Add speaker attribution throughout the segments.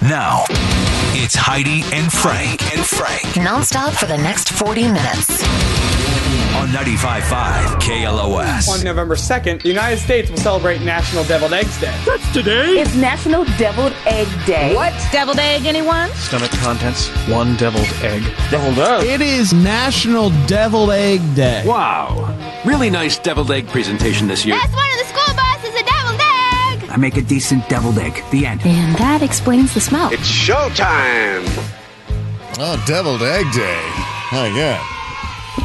Speaker 1: Now, it's Heidi and Frank and Frank
Speaker 2: nonstop for the next 40 minutes.
Speaker 1: on 95.5
Speaker 3: On
Speaker 1: KLOS.
Speaker 3: November 2nd, the United States will celebrate National Deviled Eggs Day.
Speaker 4: It's National Deviled Egg Day. What? Deviled egg, anyone?
Speaker 5: stomach contents, one deviled egg.
Speaker 6: It is National Deviled Egg Day.
Speaker 7: Wow. Really nice deviled egg presentation this year.
Speaker 8: That's one of the school buses a deviled egg.
Speaker 9: I make a decent deviled egg. The end.
Speaker 4: And that explains the smell.
Speaker 10: Oh, deviled egg day. My God.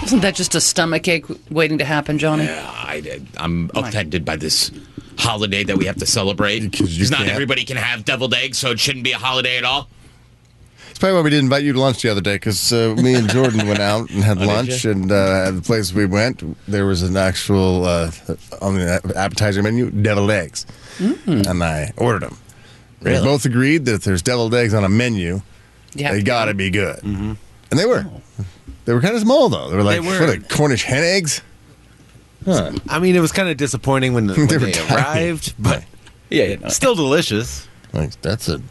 Speaker 11: Isn't that just a stomach ache waiting to happen, Johnny?
Speaker 9: I, I'm offended by this holiday that we have to celebrate.
Speaker 10: 'Cause you
Speaker 9: Because not
Speaker 10: can't.
Speaker 9: everybody can have deviled eggs, so it shouldn't be a holiday at all.
Speaker 10: It's probably why we didn't invite you to lunch the other day because uh, me and Jordan went out and had lunch, and uh, at the place we went, there was an actual uh, on the appetizer menu deviled eggs, and I ordered them.
Speaker 9: Really?
Speaker 10: We both agreed that if there's deviled eggs on a menu,
Speaker 11: Yeah.
Speaker 10: they got to be good, and they were. They were kind of small though. They were like
Speaker 5: They were.
Speaker 10: what are they, Cornish hen eggs.
Speaker 5: I mean, it was kind of disappointing when, the, when
Speaker 10: They
Speaker 5: they,
Speaker 10: were tiny.
Speaker 5: arrived, but
Speaker 9: Yeah, yeah. no.
Speaker 5: still delicious.
Speaker 10: Like that's a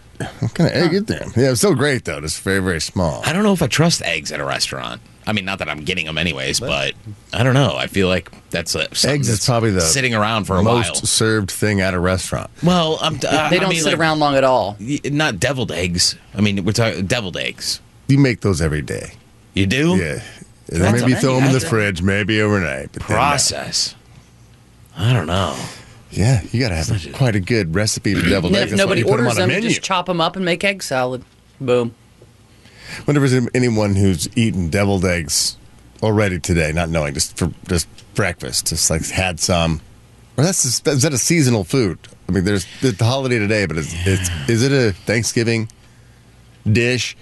Speaker 10: what kind of egg is that? Yeah, it's still great though. It's very very small.
Speaker 9: I don't know if I trust eggs at a restaurant. I mean, not that I'm getting them anyways, but I don't know. I feel like that's a, something
Speaker 10: Eggs is
Speaker 9: that's
Speaker 10: probably the
Speaker 9: sitting around for a
Speaker 10: most
Speaker 9: while.
Speaker 10: served thing at a restaurant.
Speaker 9: Well, I'm, uh,
Speaker 11: um, They
Speaker 9: I
Speaker 11: don't
Speaker 9: mean,
Speaker 11: sit
Speaker 9: like,
Speaker 11: around long at all.
Speaker 9: y- Not deviled eggs. I mean, we're talking deviled eggs.
Speaker 10: You make those every day.
Speaker 9: You do?
Speaker 10: Yeah. And then maybe
Speaker 9: a-
Speaker 10: throw them in the
Speaker 9: that's a-
Speaker 10: fridge, maybe overnight. But then, uh,
Speaker 9: Process. I don't know.
Speaker 10: yeah, you got to have a- quite a good recipe for deviled
Speaker 11: And
Speaker 10: eggs. That's
Speaker 11: if
Speaker 10: why
Speaker 11: nobody
Speaker 10: you put 'em
Speaker 11: orders
Speaker 10: on
Speaker 11: them,
Speaker 10: a
Speaker 11: you
Speaker 10: menu.
Speaker 11: just chop them up and make egg salad. Boom.
Speaker 10: Whenever there's anyone who's eaten deviled eggs already today, not knowing, just for just breakfast, just like had some. Or that's a, is that a seasonal food? I mean, there's it's the holiday today, but it's, it's is it a Thanksgiving dish,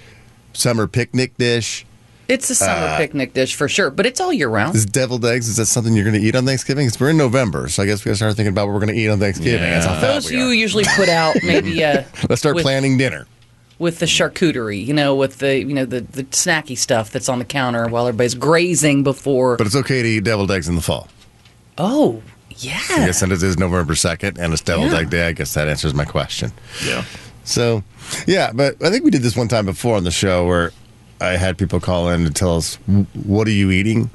Speaker 10: summer picnic dish?
Speaker 11: It's a summer picnic dish for sure, but it's all year round.
Speaker 10: Is deviled eggs? Is that something you're going to eat on Thanksgiving? 'Cause we're in November, so I guess we got to start thinking about what we're going to eat on Thanksgiving. That's how fat
Speaker 11: Those
Speaker 10: we are.
Speaker 11: you usually put out maybe uh,
Speaker 10: Let's start
Speaker 11: with,
Speaker 10: planning dinner.
Speaker 11: with the charcuterie, you know, with the you know the, the snacky stuff that's on the counter while everybody's grazing before.
Speaker 10: But it's okay to eat deviled eggs in the fall.
Speaker 11: oh
Speaker 10: I
Speaker 11: yeah,
Speaker 10: guess since it is November 2nd and it's deviled egg day, I guess that answers my question.
Speaker 9: Yeah.
Speaker 10: So, yeah, but I think we did this one time before on the show where I had people call in to tell us, what are you eating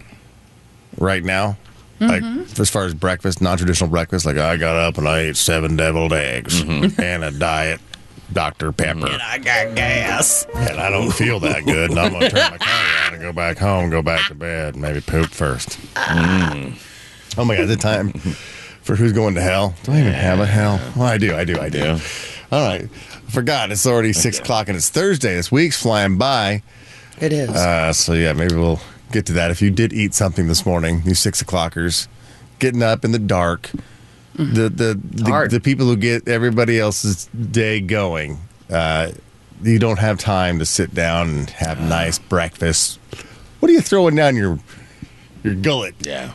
Speaker 10: right now?
Speaker 11: Mm-hmm.
Speaker 10: Like, as far as breakfast, non traditional breakfast, like I got up and I ate seven deviled eggs and a diet Dr. Pepper. And I got gas. And I don't feel that good. And I'm going to turn my car around and go back home, go back to bed, maybe poop first. Oh my god, the time for who's going to hell? Do I even have a hell? Well, I do, I do, I do. All right, I forgot it's already six o'clock and it's Thursday. This week's flying by.
Speaker 11: it is.
Speaker 10: Uh, so yeah, maybe we'll get to that. If you did eat something this morning, you six o'clockers, getting up in the dark,
Speaker 9: Mm-hmm.
Speaker 10: the the the,
Speaker 11: Hard.
Speaker 10: the people who get everybody else's day going. Uh, you don't have time to sit down and have
Speaker 9: Uh.
Speaker 10: nice breakfast. What are you throwing down your your gullet?
Speaker 9: Yeah.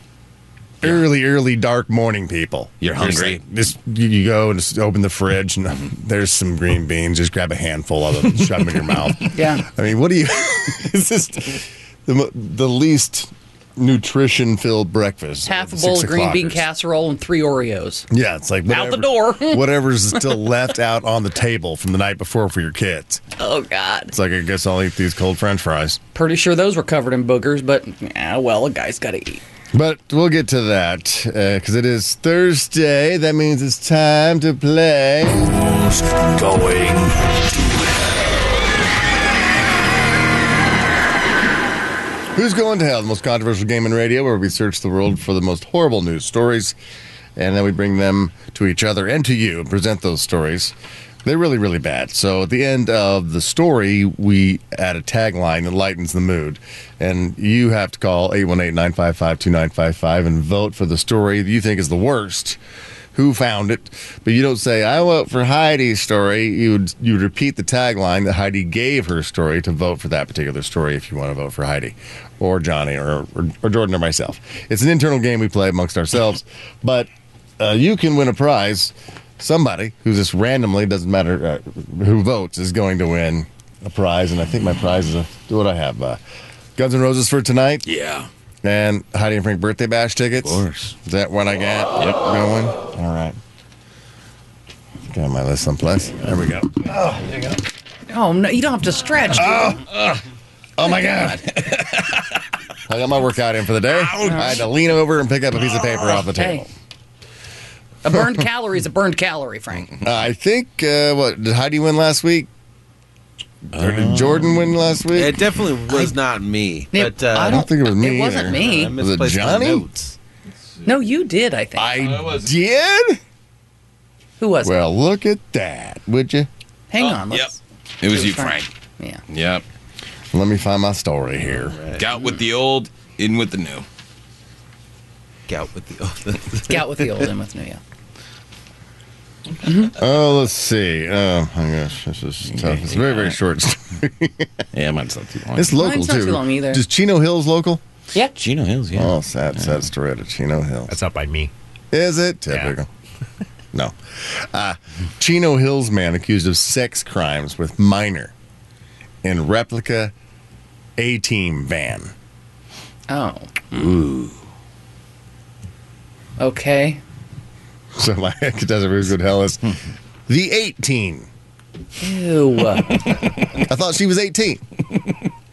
Speaker 10: early, early dark morning people.
Speaker 9: You're hungry. Mm-hmm.
Speaker 10: Just, like, just you, you go and just open the fridge and there's some green beans. Just grab a handful of them, and shove them in your mouth.
Speaker 11: yeah,
Speaker 10: I mean, what do you? it's just the mo- the least nutrition filled breakfast.
Speaker 11: half a
Speaker 10: Six
Speaker 11: bowl of green bean
Speaker 10: o'clockers.
Speaker 11: casserole and three Oreos.
Speaker 10: Yeah, it's like whatever,
Speaker 11: Out the door.
Speaker 10: whatever's still left out on the table from the night before for your kids.
Speaker 11: Oh God.
Speaker 10: It's like I guess I'll eat these cold French fries.
Speaker 11: Pretty sure those were covered in boogers, but ah, well, a guy's got to eat.
Speaker 10: But we'll get to that because it is Thursday. That means it's time to play.
Speaker 1: Going.
Speaker 10: Who's Going to Hell, the most controversial game in radio, where we search the world for the most horrible news stories, and then we bring them to each other and to you and present those stories. They're really, really bad. So at the end of the story, we add a tagline that lightens the mood. And you have to call 818 955 2955 and vote for the story that you think is the worst. Who found it? But you don't say, I vote for Heidi's story. You would, you would repeat the tagline that Heidi gave her story to vote for that particular story if you want to vote for Heidi or Johnny or, or, or Jordan or myself. It's an internal game we play amongst ourselves, but uh, you can win a prize. Somebody who just randomly doesn't matter uh, who votes is going to win a prize, and I think my prize is a what I have uh, Guns N' Roses for tonight
Speaker 9: Yeah.
Speaker 10: and Heidi and Frank birthday bash tickets.
Speaker 9: Of course.
Speaker 10: is that one I got? Yep, going. All right, got my list someplace. There we go. Oh, there you go.
Speaker 11: Oh no, you don't have to stretch.
Speaker 10: Oh, oh my god! I got my workout in for the day. I had to lean over and pick up a piece of paper off the table.
Speaker 11: Hey. A burned calorie is a burned calorie, Frank.
Speaker 10: Uh, I think uh, what did Heidi win last week? Or did Jordan win last week?
Speaker 5: It definitely was not me.
Speaker 11: Yeah,
Speaker 5: But uh,
Speaker 10: I don't think it was me.
Speaker 11: It wasn't
Speaker 10: either.
Speaker 11: me.
Speaker 5: I
Speaker 10: Was it
Speaker 5: misplaced my
Speaker 10: Johnny?
Speaker 5: notes.
Speaker 11: No, you did. I think.
Speaker 9: Oh,
Speaker 10: I did.
Speaker 11: Who was? it?
Speaker 10: Well, uh, look at that, would you?
Speaker 11: Hang on.
Speaker 9: Yep.
Speaker 11: Let's,
Speaker 9: It was
Speaker 11: was
Speaker 9: you,
Speaker 11: Frank.
Speaker 9: Frank.
Speaker 11: Yeah.
Speaker 9: Yep.
Speaker 10: Let me find my story here.
Speaker 9: Got with the old, in with the new.
Speaker 5: Out with the
Speaker 11: Scout with the old and with new. Yeah.
Speaker 10: Oh, let's see. Oh my gosh, this is tough. It's a very, very short. story.
Speaker 9: Yeah, mine's not too long.
Speaker 10: it's local
Speaker 11: Mine's not too long either.
Speaker 10: Does Chino Hills local?
Speaker 11: Yeah.
Speaker 9: Gino Hills, yeah.
Speaker 10: Oh, sad, sad story out of Chino Hills.
Speaker 12: That's up by me.
Speaker 10: Is it typical? no. Uh, Chino Hills man accused of sex crimes with minor in replica A team van.
Speaker 11: Oh. Okay.
Speaker 10: So my ex-husband would tell us the 18.
Speaker 11: Ew. Mm,
Speaker 10: I thought she was 18.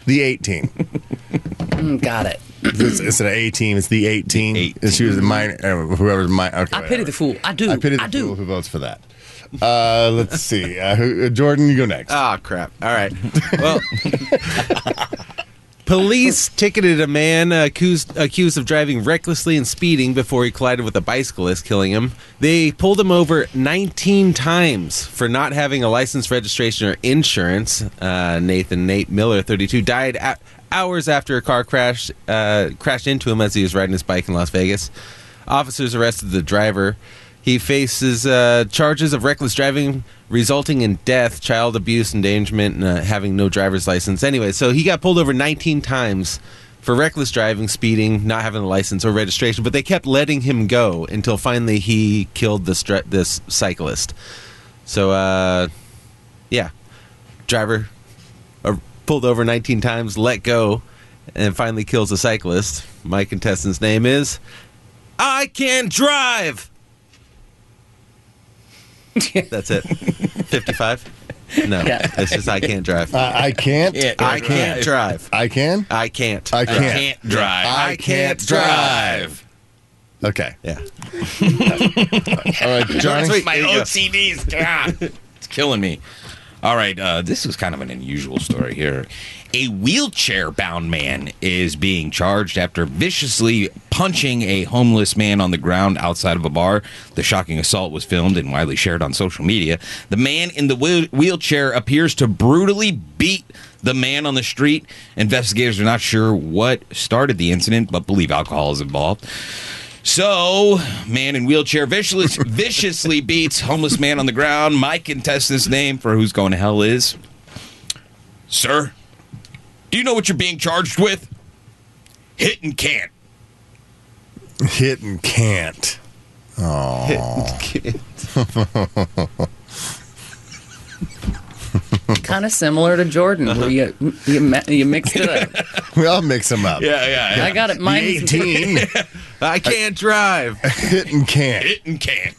Speaker 10: The 18.
Speaker 11: Mm, Got it.
Speaker 10: It's, it's an A team. It's the 18. And she was the minor. uh, Whoever's minor. Okay,
Speaker 11: I pity the fool. I do.
Speaker 10: I pity the
Speaker 11: do.
Speaker 10: fool who votes for that. Uh, let's see. Uh, who, uh, Jordan, you go next.
Speaker 5: Ah, crap. All right. Well, police ticketed a man uh, accused accused of driving recklessly and speeding before he collided with a bicyclist, killing him. They pulled him over 19 times for not having a license, registration, or insurance. Uh, Nathan Nate Miller, 32, died a hours after a car crash uh, crashed into him as he was riding his bike in Las Vegas. Officers arrested the driver. He faces uh, charges of reckless driving resulting in death, child abuse, endangerment, and uh, having no driver's license. Anyway, so he got pulled over 19 times for reckless driving, speeding, not having a license or registration, but they kept letting him go until finally he killed this, dri- this cyclist. So, uh, yeah, driver uh, pulled over 19 times, let go, and finally kills a cyclist. My contestant's name is I Can Drive. That's it. 55? No,
Speaker 11: Yeah.
Speaker 5: it's just I can't drive.
Speaker 10: I, I can't.
Speaker 5: I can't drive.
Speaker 10: I can.
Speaker 5: I can't.
Speaker 10: I can't.
Speaker 9: Can't drive.
Speaker 5: I can't drive.
Speaker 10: Okay.
Speaker 5: Yeah.
Speaker 10: All right, Johnny.
Speaker 9: Sweet, my OCD's God, it's killing me. All right, uh, this is kind of an unusual story here. A wheelchair-bound man is being charged after viciously punching a homeless man on the ground outside of a bar. The shocking assault was filmed and widely shared on social media. The man in the wheel- wheelchair appears to brutally beat the man on the street. Investigators are not sure what started the incident, but believe alcohol is involved. So, man in wheelchair vicious, viciously beats homeless man on the ground. My contestant's name for who's going to hell is, sir. Do you know what you're being charged with? Hit and can't.
Speaker 10: Hit and can't.
Speaker 11: Kind of similar to Jordan, where you you, ma- you mixed it up.
Speaker 10: We all mix them up.
Speaker 9: yeah.
Speaker 11: I got it.
Speaker 10: The
Speaker 11: Mine.
Speaker 10: 18,
Speaker 5: I can't drive.
Speaker 10: hit and can't.
Speaker 9: Hit and can't.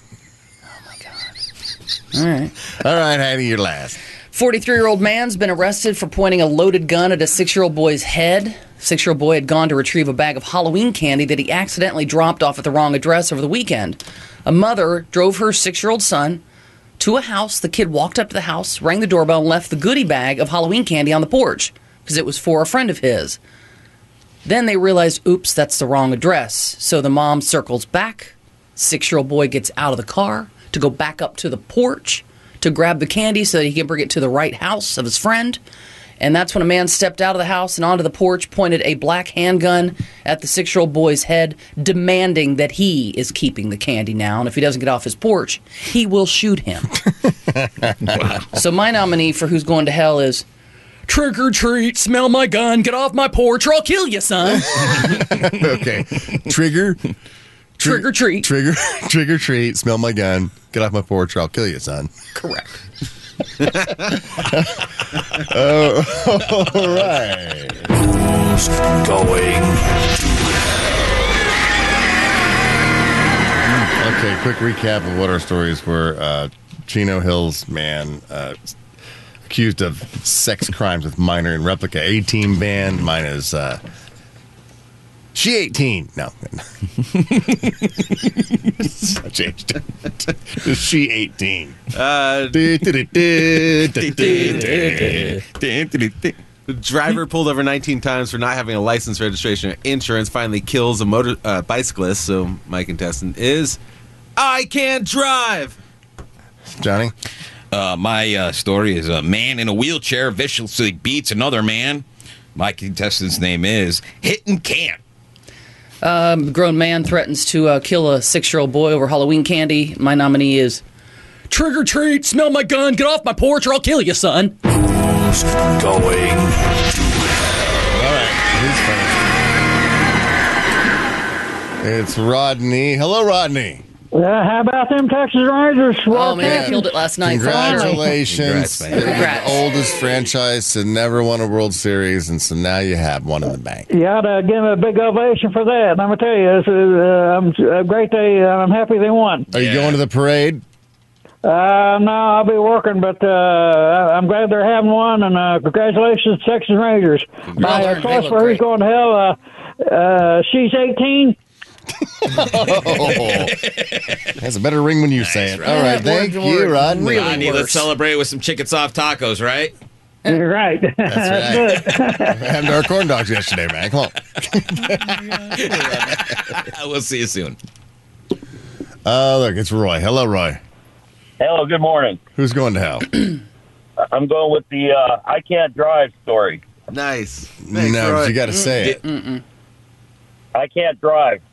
Speaker 11: All right.
Speaker 10: All right, Heidi, you're last.
Speaker 11: 43 year old man's been arrested for pointing a loaded gun at a six year old boy's head. Six year old boy had gone to retrieve a bag of Halloween candy that he accidentally dropped off at the wrong address over the weekend. A mother drove her six year old son to a house. The kid walked up to the house, rang the doorbell, and left the goodie bag of Halloween candy on the porch because it was for a friend of his. Then they realized, oops, that's the wrong address. So the mom circles back. Six year old boy gets out of the car to go back up to the porch to grab the candy so that he can bring it to the right house of his friend. And that's when a man stepped out of the house and onto the porch, pointed a black handgun at the six year old boy's head, demanding that he is keeping the candy now. And if he doesn't get off his porch, he will shoot him. so, my nominee for Who's Going to Hell is Trick or treat, smell my gun, get off my porch or I'll kill you, son.
Speaker 10: Okay. Trigger,
Speaker 11: Trick or treat.
Speaker 10: trigger, trigger, treat. Smell my gun. Get off my porch or I'll kill you, son.
Speaker 11: Correct.
Speaker 10: All right.
Speaker 1: Going.
Speaker 10: Okay, quick recap of what our stories were. Uh, Chino Hills, man. Uh, I accused of sex crimes with minor and replica 18 band. Mine is uh, she 18. No, I changed it. she 18.
Speaker 5: Uh, the driver pulled over 19 times for not having a license, registration, or insurance. Finally, kills a motor uh, bicyclist. So my contestant is I can't drive.
Speaker 10: Johnny?
Speaker 9: Uh, my uh, story is a man in a wheelchair viciously beats another man. My contestant's name is Hit and Can't.
Speaker 11: Um, grown man threatens to uh, kill a six-year-old boy over Halloween candy. My nominee is trick or treat. Smell my gun. Get off my porch, or I'll kill you, son.
Speaker 12: Who's going?
Speaker 10: All right, who's first? It's Rodney. Hello, Rodney.
Speaker 13: Uh, how about them Texas Rangers?
Speaker 11: Oh man, I killed it last night.
Speaker 10: Congratulations.
Speaker 11: Finally.
Speaker 10: They're the oldest franchise to never won a World Series, and so now you have one in the bank.
Speaker 13: You ought to give them a big ovation for that. I'm gonna tell you, this is uh, I'm, a great day. I'm happy they won.
Speaker 10: Are you going to the parade?
Speaker 13: Uh, no, I'll be working, but uh, I- I'm glad they're having one, and uh, congratulations, Texas Rangers. My uh, choice for who's going to hell, uh, uh, she's 18.
Speaker 10: Oh. Has a better ring when you say it. All right, thank you, Rodney.
Speaker 9: Rodney, let's celebrate with some chicken soft tacos, right?
Speaker 6: Uh,
Speaker 13: You're right.
Speaker 10: That's right. and our corn dogs yesterday, man. Come on.
Speaker 9: we'll see you soon.
Speaker 10: Oh, look, it's Roy. Hello, Roy.
Speaker 14: Hello, good morning.
Speaker 10: Who's going to hell?
Speaker 14: I'm going with the uh, I can't drive story.
Speaker 5: Nice.
Speaker 10: no, but you got to say it.
Speaker 14: I can't drive.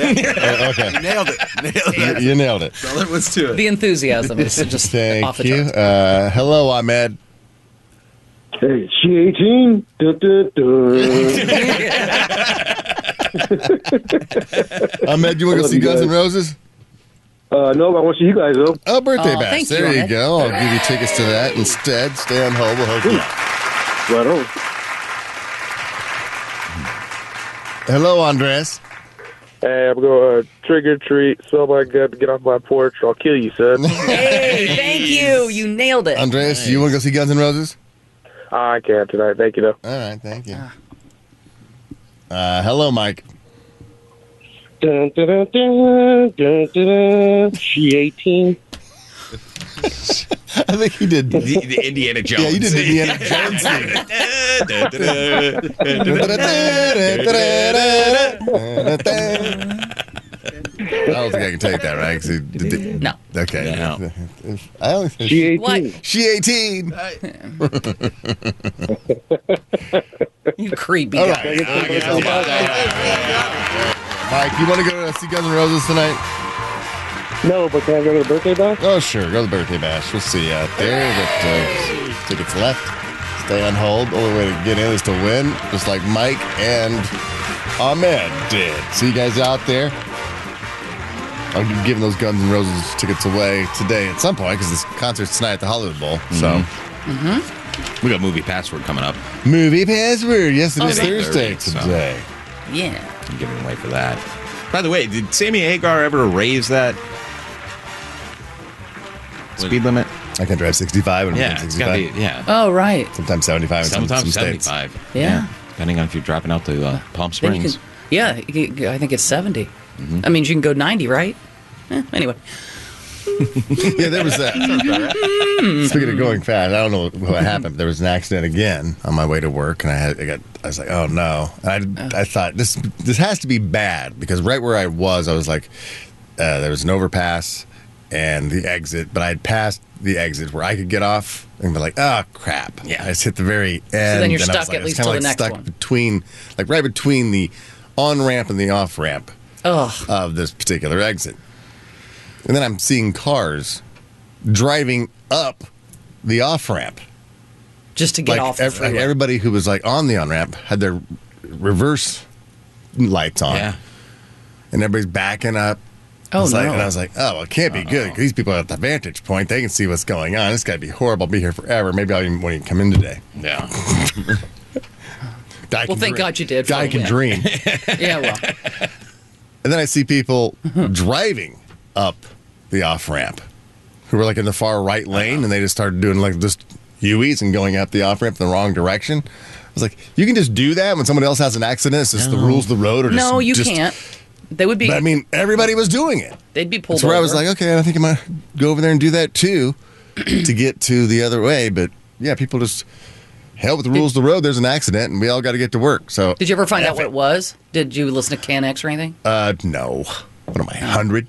Speaker 10: Oh, okay.
Speaker 5: Nailed it.
Speaker 10: You, you nailed it.
Speaker 5: All there was to it.
Speaker 11: The enthusiasm is just
Speaker 10: Thank
Speaker 11: off the
Speaker 10: you. Uh, hello, Ahmed.
Speaker 13: Hey, she 18?
Speaker 10: Ahmed, you want to go see Guns N' Roses?
Speaker 15: Uh, no, but I want to see you guys though.
Speaker 10: Oh, birthday bash.
Speaker 15: thank you,
Speaker 10: there you,
Speaker 15: Ahmed.
Speaker 10: go. I'll give you tickets to that instead. Stay on hold. We'll hook you up.
Speaker 15: Right on.
Speaker 10: Hello, Andres.
Speaker 15: Hey, I'm going to trick or treat. So my God, get off my porch. Or I'll kill you, son.
Speaker 11: Hey, thank you. You nailed it.
Speaker 10: Andres, you want to go see Guns N' Roses?
Speaker 15: I can't tonight. Thank you, though.
Speaker 10: All right, thank you. Uh, hello, Mike.
Speaker 15: Dun, dun, dun, dun, dun, dun, dun. She 18.
Speaker 10: I think he did.
Speaker 9: The, the Indiana Jones.
Speaker 10: Yeah, you did Indiana Jones. I don't think I can take that, right? 'Cause it- it- it-
Speaker 11: No.
Speaker 10: Okay. I only
Speaker 15: She 18.
Speaker 11: What?
Speaker 10: She 18.
Speaker 11: you creepy
Speaker 10: All
Speaker 11: guy.
Speaker 10: right. Mike, you want to go to see Guns N' Roses tonight?
Speaker 15: No, but can I go to the birthday bash?
Speaker 10: Oh, sure. Go to the birthday bash. We'll see you out there. But uh, tickets left. Stay on hold. Only way to get in is to win, just like Mike and Ahmed did. See you guys out there. I'll be giving those Guns N' Roses tickets away today at some point because this concert's tonight at the Hollywood Bowl.
Speaker 9: Mm-hmm. We got movie password coming up.
Speaker 10: So, movie password. Yes, it
Speaker 9: Oh,
Speaker 10: is
Speaker 9: yeah.
Speaker 10: Thursday
Speaker 9: Thursday, so.
Speaker 10: today.
Speaker 11: Yeah.
Speaker 9: I'm giving away for that. By the way, did Sammy Hagar ever raise that speed limit?
Speaker 10: I can drive 65 and I'm
Speaker 9: Yeah,
Speaker 10: doing
Speaker 9: it's gotta
Speaker 10: 65.
Speaker 9: be. Yeah,
Speaker 11: Oh right.
Speaker 10: Sometimes 75 in some, some
Speaker 9: sometimes
Speaker 10: states.
Speaker 9: 75.
Speaker 11: Yeah.
Speaker 9: depending on if you're dropping out to uh, Palm
Speaker 11: Then you
Speaker 9: Springs.
Speaker 11: can- yeah, you can- I think it's 70
Speaker 10: Mm-hmm.
Speaker 11: That means you can go ninety, right? Eh, anyway.
Speaker 10: yeah, there was that. Mm-hmm. Speaking of going fast, I don't know what happened. But there was an accident again on my way to work, and I had I got I was like, oh no! And I I thought this this has to be bad because right where I was, I was like, uh, there was an overpass and the exit, but I had passed the exit where I could get off and be like, oh crap! Yeah, I just hit the very end.
Speaker 11: then you're
Speaker 10: and I was
Speaker 11: stuck at
Speaker 10: it's
Speaker 11: least
Speaker 10: kinda
Speaker 11: till the
Speaker 10: like
Speaker 11: next
Speaker 10: stuck
Speaker 11: one.
Speaker 10: between like right between the on ramp and the off ramp
Speaker 11: Oh,
Speaker 10: of this particular exit. And then I'm seeing cars driving up the off ramp.
Speaker 11: Just to get
Speaker 10: like
Speaker 11: off the
Speaker 10: ev- like
Speaker 11: freeway.
Speaker 10: everybody who was like on the on ramp had their reverse lights on. Yeah. And everybody's backing up. I
Speaker 11: Oh,
Speaker 10: was like-
Speaker 11: no.
Speaker 10: and I was like, oh, well, it can't be good 'cause these people are at the vantage point. They can see what's going on. This got to be horrible. I'll be here forever. Maybe I even won't even come in today.
Speaker 9: Yeah.
Speaker 10: I
Speaker 11: well,
Speaker 10: can
Speaker 11: thank
Speaker 10: dream.
Speaker 11: God you did. for
Speaker 10: Guy
Speaker 11: a
Speaker 10: can
Speaker 11: win.
Speaker 10: dream.
Speaker 11: Yeah, well,
Speaker 10: And then I see people driving
Speaker 11: Uh-huh.
Speaker 10: up the off ramp who were like in the far right lane and they just started doing like just Hueys and going up the off ramp in the wrong direction. I was like, you can just do that when someone else has an accident. It's just the rules of the road. Or just,
Speaker 11: no, you
Speaker 10: just-
Speaker 11: can't. They would be.
Speaker 10: But I mean, everybody was doing it.
Speaker 11: They'd be pulled.
Speaker 10: That's where I was
Speaker 11: over.
Speaker 10: like, okay, I think I might go over there and do that too to get to the other way. But yeah, people just hell with the rules of the road. There's an accident, and we all got to get to work. So
Speaker 11: Did you ever find out what it was? Did you listen to CanX or anything?
Speaker 10: Uh, no. What am I, hundred?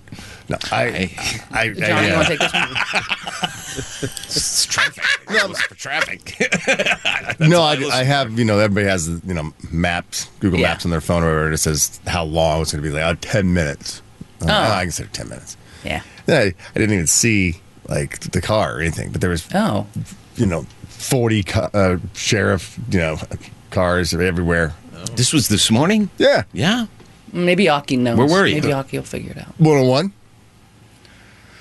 Speaker 10: No, I, I, I,
Speaker 11: John, you want to take this one?
Speaker 9: It's traffic. It was for traffic.
Speaker 10: no, I, I have. You know, everybody has you know maps, Google Maps on their phone, or whatever. and It says how long it's going to be. Like oh, ten minutes. I'm like,
Speaker 11: Oh.
Speaker 10: "Oh, I consider ten minutes.
Speaker 11: Yeah.
Speaker 10: Then I, I didn't even see like the car or anything, but there was
Speaker 11: oh,
Speaker 10: you know, forty ca- uh, sheriff you know cars everywhere.
Speaker 9: This was this morning.
Speaker 10: Yeah,
Speaker 9: yeah.
Speaker 11: Maybe Aki knows.
Speaker 10: Where were you?
Speaker 11: Maybe Aki will figure it out.
Speaker 10: One on one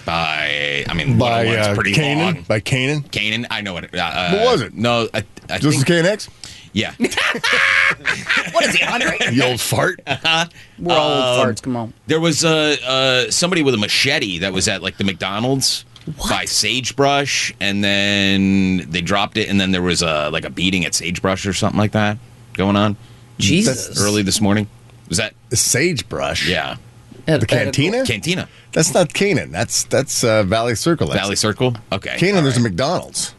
Speaker 9: By I mean,
Speaker 10: By,
Speaker 9: by
Speaker 10: uh,
Speaker 9: oh pretty
Speaker 10: Kanan?
Speaker 9: long.
Speaker 10: By Canaan.
Speaker 9: Canaan, I know it. Uh,
Speaker 10: What was it?
Speaker 9: No, I, I
Speaker 10: This is
Speaker 9: think-
Speaker 10: KNX?
Speaker 9: Yeah.
Speaker 11: what is he, 100?
Speaker 10: You old fart.
Speaker 11: We're all old
Speaker 9: Um,
Speaker 11: farts. Come on.
Speaker 9: There was uh, uh, somebody with a machete that was at like the McDonald's by Sagebrush, and then they dropped it, and then there was uh, like a beating at Sagebrush or something like that going on.
Speaker 11: Jesus.
Speaker 9: That's early this morning. Was that
Speaker 10: Sagebrush?
Speaker 9: Yeah,
Speaker 11: Uh,
Speaker 10: The cantina?
Speaker 9: Cantina.
Speaker 10: That's not Canaan. That's that's uh, Valley Circle. That's
Speaker 9: Valley Circle. Okay, Uh,
Speaker 10: Canaan. There's a McDonald's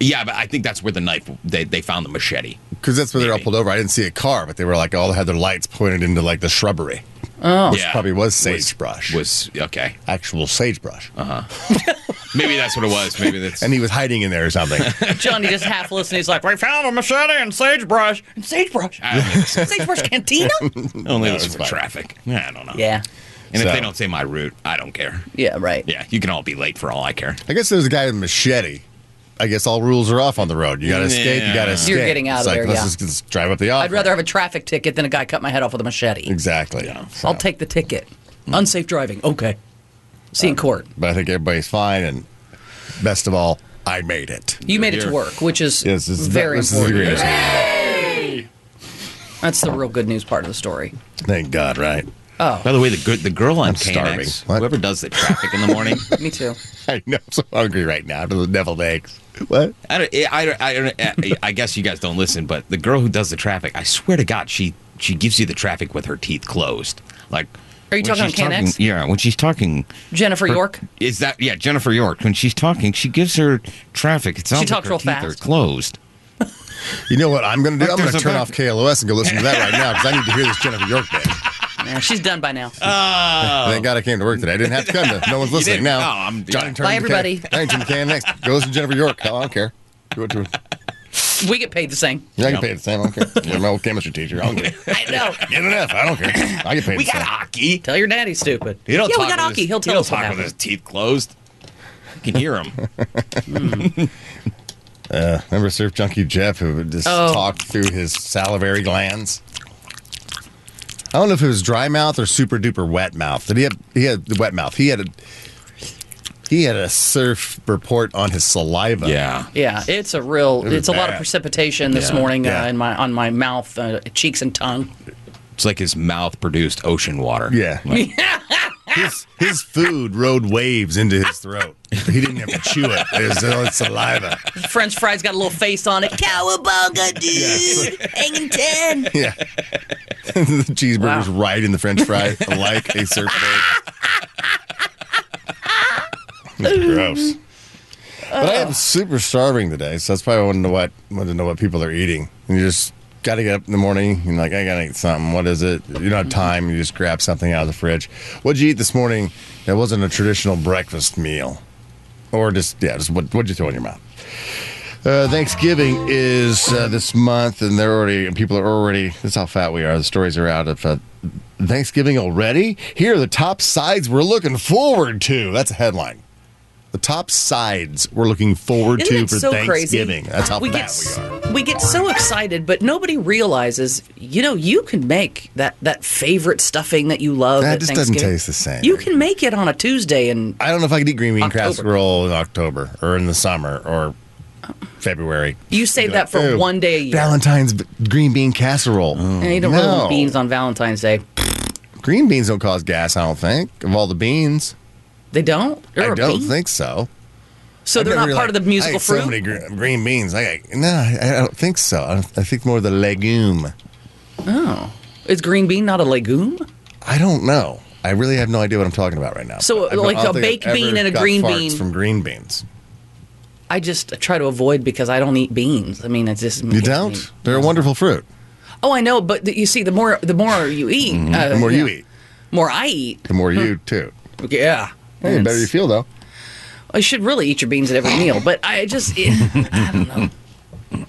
Speaker 9: Yeah, but I think that's where the knife they they found the machete.
Speaker 10: because that's where they're all pulled over. I didn't see a car, but they were like all had their lights pointed into like the shrubbery.
Speaker 11: Oh.
Speaker 10: which
Speaker 9: Yeah.
Speaker 10: probably was sagebrush.
Speaker 9: Uh, Was, okay.
Speaker 10: Actual sagebrush.
Speaker 9: Uh huh. Maybe that's what it was. Maybe that's.
Speaker 10: And he was hiding in there or something.
Speaker 11: Johnny just half listened. He's like, we found a machete and sagebrush. And sagebrush. sagebrush cantina?
Speaker 9: Only
Speaker 10: No,
Speaker 9: this
Speaker 10: it's
Speaker 9: for
Speaker 10: fine.
Speaker 9: traffic. Yeah, I don't know.
Speaker 11: Yeah.
Speaker 9: And
Speaker 10: So-
Speaker 9: if they don't say my route, I don't care.
Speaker 11: Yeah, right.
Speaker 9: Yeah, you can all be late for all I care.
Speaker 10: I guess there's a guy with a machete. I guess all rules are off on the road. You got to escape. You got to
Speaker 9: You're
Speaker 10: escape.
Speaker 11: getting out
Speaker 10: It's
Speaker 11: of
Speaker 10: like,
Speaker 11: there,
Speaker 10: Let's
Speaker 11: yeah.
Speaker 10: just, just drive up the off.
Speaker 11: I'd rather have a traffic ticket than a guy cut my head off with a machete.
Speaker 10: Exactly.
Speaker 11: I'll take the ticket. Unsafe driving. Okay. See you in court.
Speaker 10: But I think everybody's fine. And best of all, I made it.
Speaker 11: You made it to work, which is
Speaker 10: Yes, this is
Speaker 11: very
Speaker 10: this is the
Speaker 11: important.
Speaker 10: greatest.
Speaker 11: That's the real good news part of the story.
Speaker 10: Thank God, right?
Speaker 11: Oh.
Speaker 9: By the way, the good the girl on
Speaker 10: I'm starving.
Speaker 9: KNX, whoever does the traffic in the morning.
Speaker 11: Me too.
Speaker 10: I know. I'm so hungry right now. To the deviled eggs. What?
Speaker 9: I, don't, I, don't- I, don't- I, I guess you guys don't listen, but the girl who does the traffic, I swear to God, she she gives you the traffic with her teeth closed. Like,
Speaker 11: Are
Speaker 9: when
Speaker 11: you talking on
Speaker 9: she's talking-
Speaker 11: KNX?
Speaker 9: Yeah, when she's talking,
Speaker 11: Jennifer York?
Speaker 9: is that yeah Jennifer York? When she's talking, she gives her traffic. It sounds
Speaker 11: She talks
Speaker 9: like her
Speaker 11: real
Speaker 9: teeth
Speaker 11: fast.
Speaker 9: are closed.
Speaker 10: You know what I'm going to do?
Speaker 9: Look,
Speaker 10: I'm going to
Speaker 9: there's a
Speaker 10: turn
Speaker 9: bug.
Speaker 10: off KLOS and go listen to that right now because I need to hear this Jennifer York band.
Speaker 11: Yeah, she's done by now.
Speaker 9: Uh,
Speaker 10: Thank God I came to work today. I didn't have to come. To, no one's
Speaker 9: Oh. You
Speaker 10: listening
Speaker 9: didn't?
Speaker 10: now.
Speaker 9: No, I'm-
Speaker 10: Johnny
Speaker 9: yeah.
Speaker 10: Turner
Speaker 11: Bye,
Speaker 10: McCann.
Speaker 11: everybody.
Speaker 10: Thanks, McCann. Next, go listen to Jennifer York. Oh, I don't care. Do it to her.
Speaker 11: we get paid the same.
Speaker 10: Yeah, I get paid the same. I don't care. You're my old chemistry teacher. I don't care.
Speaker 11: I know.
Speaker 10: Get enough. I don't care. I get paid
Speaker 9: We
Speaker 10: the same.
Speaker 9: got hockey.
Speaker 11: Tell your daddy stupid.
Speaker 9: He don't
Speaker 11: yeah, we
Speaker 9: talk
Speaker 11: got
Speaker 9: with
Speaker 11: Aki.
Speaker 9: his-
Speaker 11: He'll tell
Speaker 9: he
Speaker 11: us
Speaker 9: don't
Speaker 11: what
Speaker 9: talk with his
Speaker 11: happened.
Speaker 9: teeth closed. I can hear him.
Speaker 10: Uh, remember Surf Junkie Jeff who would just
Speaker 11: Oh.
Speaker 10: talk through his salivary glands? I don't know if it was dry mouth or super duper wet mouth. Did he have he had the wet mouth? He had a he had a surf report on his saliva.
Speaker 9: yeah.
Speaker 11: Yeah, it's a real.
Speaker 10: It was
Speaker 11: It's a lot of
Speaker 10: bad.
Speaker 11: precipitation this
Speaker 9: Yeah.
Speaker 11: morning
Speaker 10: Yeah.
Speaker 11: Uh, in my on my mouth, uh, cheeks, and tongue.
Speaker 9: It's like his mouth produced ocean water.
Speaker 10: Yeah.
Speaker 9: Like,
Speaker 10: His his food rode waves into his throat. He didn't have to chew it. It was all his saliva.
Speaker 11: French fries got a little face on it. Cowabunga, dude, hanging ten.
Speaker 10: Yeah. the cheeseburger's
Speaker 11: Wow.
Speaker 10: right in the french fry like a surfboard. That's gross. But I am super starving today, so that's probably why I wanted to know what wanted to know what people are eating. And you just got to get up in the morning. You're like, I gotta eat something. What is it? You don't have time. You just grab something out of the fridge. What'd you eat this morning? That wasn't a traditional breakfast meal, or just yeah, just what what'd you throw in your mouth? Uh, Thanksgiving is uh, this month, and they're already and people are already. This is how fat we are. The stories are out of uh, Thanksgiving already. Here are the top sides we're looking forward to. That's a headline. The top sides we're looking forward
Speaker 11: Isn't
Speaker 10: to for
Speaker 11: that so crazy?
Speaker 10: Thanksgiving. That's how
Speaker 11: we
Speaker 10: fat
Speaker 11: get s-
Speaker 10: we are.
Speaker 11: we get so excited, but nobody realizes. You know, you can make that that favorite stuffing that you love.
Speaker 10: That
Speaker 11: at
Speaker 10: just doesn't
Speaker 11: Thanksgiving.
Speaker 10: taste the same.
Speaker 11: You can make it on a Tuesday, and
Speaker 10: I don't know if I could eat green bean
Speaker 11: October.
Speaker 10: casserole in October or in the summer or February.
Speaker 11: you save that for
Speaker 10: Ew.
Speaker 11: one day a year.
Speaker 10: Valentine's b- green bean casserole.
Speaker 11: And you don't really
Speaker 10: no.
Speaker 11: want beans on Valentine's Day.
Speaker 10: Green beans don't cause gas. I don't think of all the beans.
Speaker 11: They don't. They're
Speaker 10: I
Speaker 11: a
Speaker 10: don't
Speaker 11: bean.
Speaker 10: think so.
Speaker 11: So they're
Speaker 10: remember
Speaker 11: not
Speaker 10: you're
Speaker 11: part
Speaker 10: like,
Speaker 11: of the musical
Speaker 10: I ate
Speaker 11: fruit.
Speaker 10: So many gr- green beans. I ate- no, I I don't think so. I don't- I think more the legume.
Speaker 11: Oh, is green bean not a legume?
Speaker 10: I don't know. I really have no idea what I'm talking about right now.
Speaker 11: So,
Speaker 10: I don't-
Speaker 11: like
Speaker 10: I don't
Speaker 11: a
Speaker 10: think I've
Speaker 11: baked bean
Speaker 10: ever
Speaker 11: and a
Speaker 10: got
Speaker 11: green
Speaker 10: farts
Speaker 11: bean.
Speaker 10: from green beans.
Speaker 11: I just try to avoid because I don't eat beans. I mean, it's just
Speaker 10: You don't? They're a wonderful fruit.
Speaker 11: Oh, I know, but th- you see, the more the more you eat, uh,
Speaker 10: Mm-hmm. the more you
Speaker 11: yeah,
Speaker 10: eat,
Speaker 11: more I eat.
Speaker 10: the more you too.
Speaker 11: Yeah,
Speaker 10: Hey, the better you feel though.
Speaker 11: I should really eat your beans at every meal, but I just I don't know.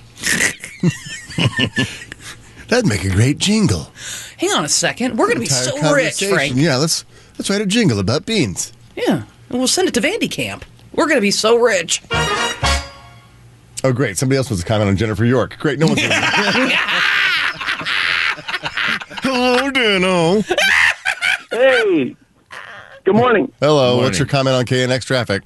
Speaker 10: That'd make a great jingle.
Speaker 11: Hang on a second. We're gonna be
Speaker 10: Entire
Speaker 11: so rich,
Speaker 10: conversation.
Speaker 11: Frank.
Speaker 10: Yeah, let's let's write a jingle about beans.
Speaker 11: Yeah, and we'll send it to Vandy Camp. We're gonna be so rich.
Speaker 10: Oh, great! Somebody else wants to comment on Jennifer York. Great, no one's. oh, Dano.
Speaker 15: Hey. Good morning.
Speaker 10: Hello. What's your comment on KNX traffic?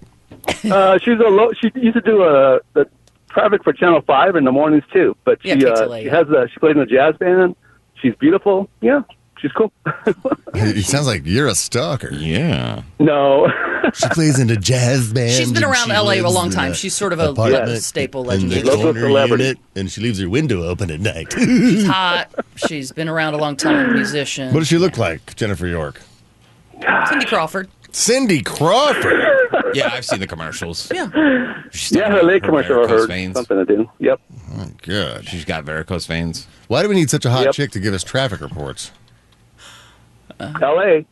Speaker 15: Uh, she's a lo- she used to do a the traffic for Channel Five in the mornings too. But she
Speaker 11: Yeah, pizza
Speaker 15: uh,
Speaker 11: lady.
Speaker 15: she has a, she plays in a jazz band. She's beautiful. Yeah, she's cool.
Speaker 10: It sounds like you're a stalker.
Speaker 9: Yeah.
Speaker 15: No.
Speaker 10: she plays in a jazz band.
Speaker 11: She's been
Speaker 10: and
Speaker 11: around
Speaker 10: she
Speaker 11: LA a
Speaker 10: lives
Speaker 11: long
Speaker 10: in
Speaker 11: time.
Speaker 10: a
Speaker 11: She's sort of a
Speaker 10: apartment
Speaker 11: le- staple
Speaker 10: in
Speaker 11: legend.
Speaker 10: the
Speaker 11: She's a local
Speaker 10: corner
Speaker 11: celebrity.
Speaker 10: unit, and she leaves her window open at night.
Speaker 11: She's hot. She's been around a long time. Musician.
Speaker 10: what does she look like, Jennifer York?
Speaker 11: Cindy Crawford.
Speaker 10: Cindy Crawford.
Speaker 9: Yeah, I've seen the commercials.
Speaker 11: Yeah.
Speaker 15: yeah, her late commercial I
Speaker 9: varicose
Speaker 15: heard
Speaker 9: veins.
Speaker 15: something to do. Yep.
Speaker 10: Good.
Speaker 9: She's got varicose veins.
Speaker 10: Why do we need such a hot chick to give us traffic reports
Speaker 15: L.A.